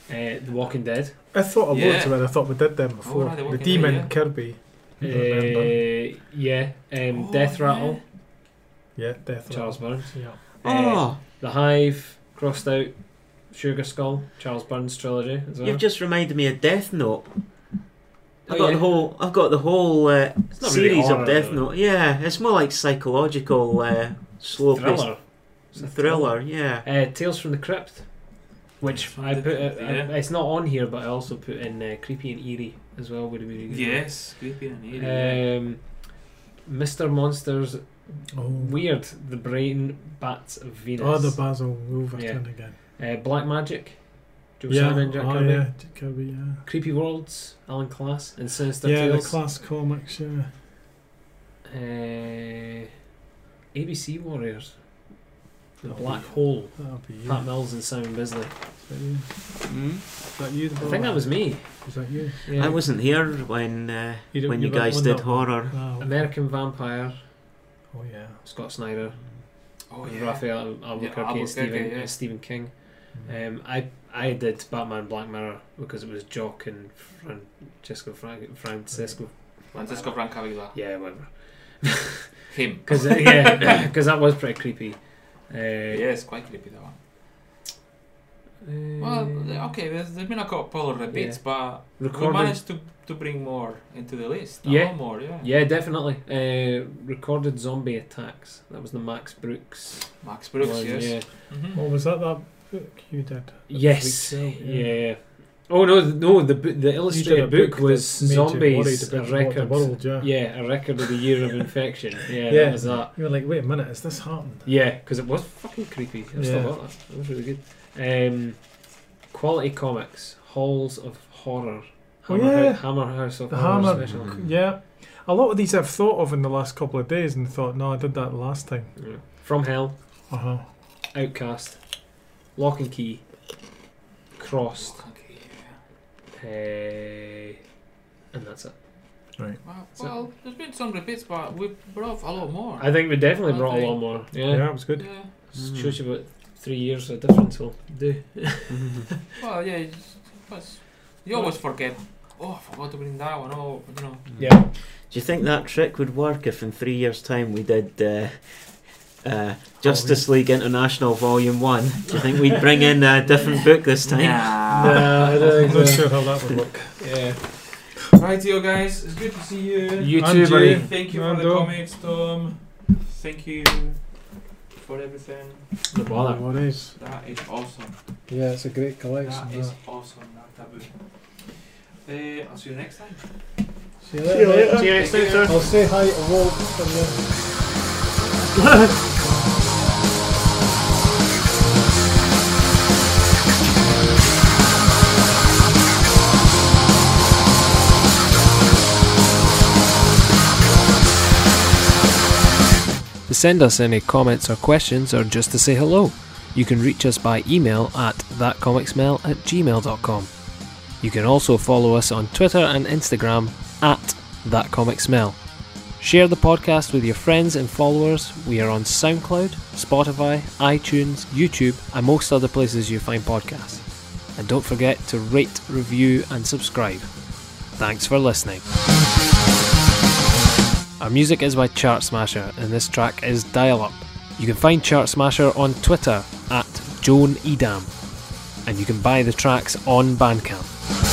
S3: uh, The Walking Dead,
S6: I thought a lot
S4: Yeah.
S6: about it. I thought we did them before.
S3: Oh,
S4: right, they
S6: the
S4: work in
S6: demon
S4: there, yeah.
S6: Kirby.
S3: uh,
S6: Remember.
S3: yeah, um,
S4: Oh,
S3: Death
S4: yeah.
S3: Rattle,
S6: Yeah, death.
S3: Charles Burns,
S6: Yeah.
S3: Uh,
S5: Oh,
S3: The Hive, Crossed Out, Sugar Skull, Charles Burns trilogy as well.
S5: you've just reminded me of Death Note.
S3: Oh,
S5: I've got
S3: yeah.
S5: the whole. I've got the whole uh,
S3: It's not really
S5: series
S3: horror,
S5: of Death
S3: though.
S5: Note. Yeah, it's more like psychological, uh, slow-paced
S3: thriller. It's a
S5: thriller. Yeah.
S3: Uh, Tales from the Crypt, which I
S4: the
S3: put. Uh,
S4: Crypt,
S3: I-
S4: yeah.
S3: it's not on here, but I also put in uh, creepy and eerie as well. Would have been
S4: Yes, Uh, creepy and eerie. yeah.
S3: Um, Mr. Monsters,
S6: Oh.
S3: weird. The Brain Bats of Venus.
S6: Oh, the Basil Wolverton
S3: Yeah.
S6: again.
S3: uh, Black Magic, Joe
S6: yeah.
S3: Simon, Jack
S6: oh,
S3: Kirby.
S6: yeah. Jack Kirby. Yeah.
S3: Creepy Worlds, Alan Class, and Sinister
S6: Yeah, the
S3: Tales.
S6: class comics. Yeah.
S3: uh, ABC Warriors, The
S6: That'll
S3: Black
S6: be-
S3: Hole,
S6: That'll be you.
S3: Pat Mills and Simon Bisley.
S6: Is that you?
S4: Mm-hmm.
S6: Is that you? The
S3: I think that was me.
S6: Is that you?
S3: Yeah.
S5: I wasn't here when uh,
S6: You don't-
S5: when
S6: you
S5: you,
S6: weren't
S5: guys
S6: on
S5: did
S6: that
S5: horror.
S6: Oh,
S3: American Vampire,
S6: oh yeah.
S3: Scott Snyder,
S4: oh,
S3: and
S4: yeah.
S3: Raphael Albuquerque,
S4: Albuquerque,
S3: and Stephen,
S4: yeah.
S3: uh, Stephen King.
S6: Mm.
S3: Um, I I did Batman Black Mirror because it was Jock and Francesco Frank, Francesco.
S4: Francesco Francavilla.
S3: Yeah, whatever.
S4: Him.
S3: Because uh, yeah, because that was pretty creepy. Uh,
S4: Yes, quite creepy that one.
S3: uh,
S4: Well, th- okay, there's, there's been a couple of repeats, but
S3: Recording.
S4: we managed to, to bring more into the list. A
S3: Yeah.
S4: lot more, yeah.
S3: Yeah, definitely. Uh, recorded zombie attacks. That was the Max Brooks.
S4: Max Brooks,
S3: one,
S4: yes.
S3: yeah.
S4: Mm-hmm.
S6: Well, was that that book you did?
S3: Yes.
S6: Freaks out,
S3: yeah. Oh no, th- no. The bu- the
S6: You did a
S3: illustrated book,
S6: that
S3: was
S6: made you worried
S3: zombies a
S6: about what the
S3: record.
S6: world, yeah.
S3: Yeah, a record of the year of infection. Yeah,
S6: Yeah.
S3: that was that.
S6: You were like, wait a minute, has this happened?
S3: Yeah, because it was fucking creepy. I still
S6: Yeah.
S3: got that. That was really good. Um, quality comics, halls of horror.
S6: Oh,
S3: Hammer, Hou-
S6: yeah.
S3: Hammer House of
S6: The
S3: Horror
S6: Hammer.
S3: special.
S6: Yeah. A lot of these I've thought of in the last couple of days and thought, no, I did that last time.
S3: Yeah. From Hell,
S6: Uh huh.
S3: Outcast, Lock and Key, Crossed,
S4: Okay, yeah.
S3: uh, and that's it.
S4: Well,
S3: So-
S4: well, there's been some repeats, but we brought a lot more.
S3: I think we definitely brought a
S4: Okay.
S3: lot more.
S6: Yeah,
S3: Yeah,
S6: it was good.
S4: Yeah.
S5: Mm.
S3: shows you about three years of difference will do.
S4: Well, yeah, it's- it's- you always forget. Oh, I forgot to bring that one. Oh, you know.
S3: Yeah.
S5: Do you think that trick would work if in three years' time we did uh, uh, Justice League International Volume One. Do you think we'd bring in a different book this time?
S10: Nah, I don't
S1: I'm not
S10: think so.
S1: sure how that would work.
S4: Yeah. Rightio, guys. It's good to see you.
S3: You
S1: too,
S4: Angie,
S1: buddy.
S4: Thank you for the
S1: Mando.
S4: comments, Tom. Thank you for everything.
S10: No bother.
S1: What is?
S4: That is awesome.
S1: Yeah, it's a great collection.
S4: That is awesome. That taboo. Uh, I'll see you next time.
S1: See you later. mate.
S10: See you next time, sir.
S1: I'll say hi to Walt for you.
S3: To send us any comments or questions or just to say hello, you can reach us by email at thatcomicsmell at gmail.com. You can also follow us on Twitter and Instagram at thatcomicsmell. Share the podcast with your friends and followers. We are on SoundCloud, Spotify, iTunes, YouTube, and most other places you find podcasts. And don't forget to rate, review, and subscribe. Thanks for listening. Our music is by Chart Smasher, and this track is Dial Up. You can find Chart Smasher on Twitter at Joan Edam, and you can buy the tracks on Bandcamp.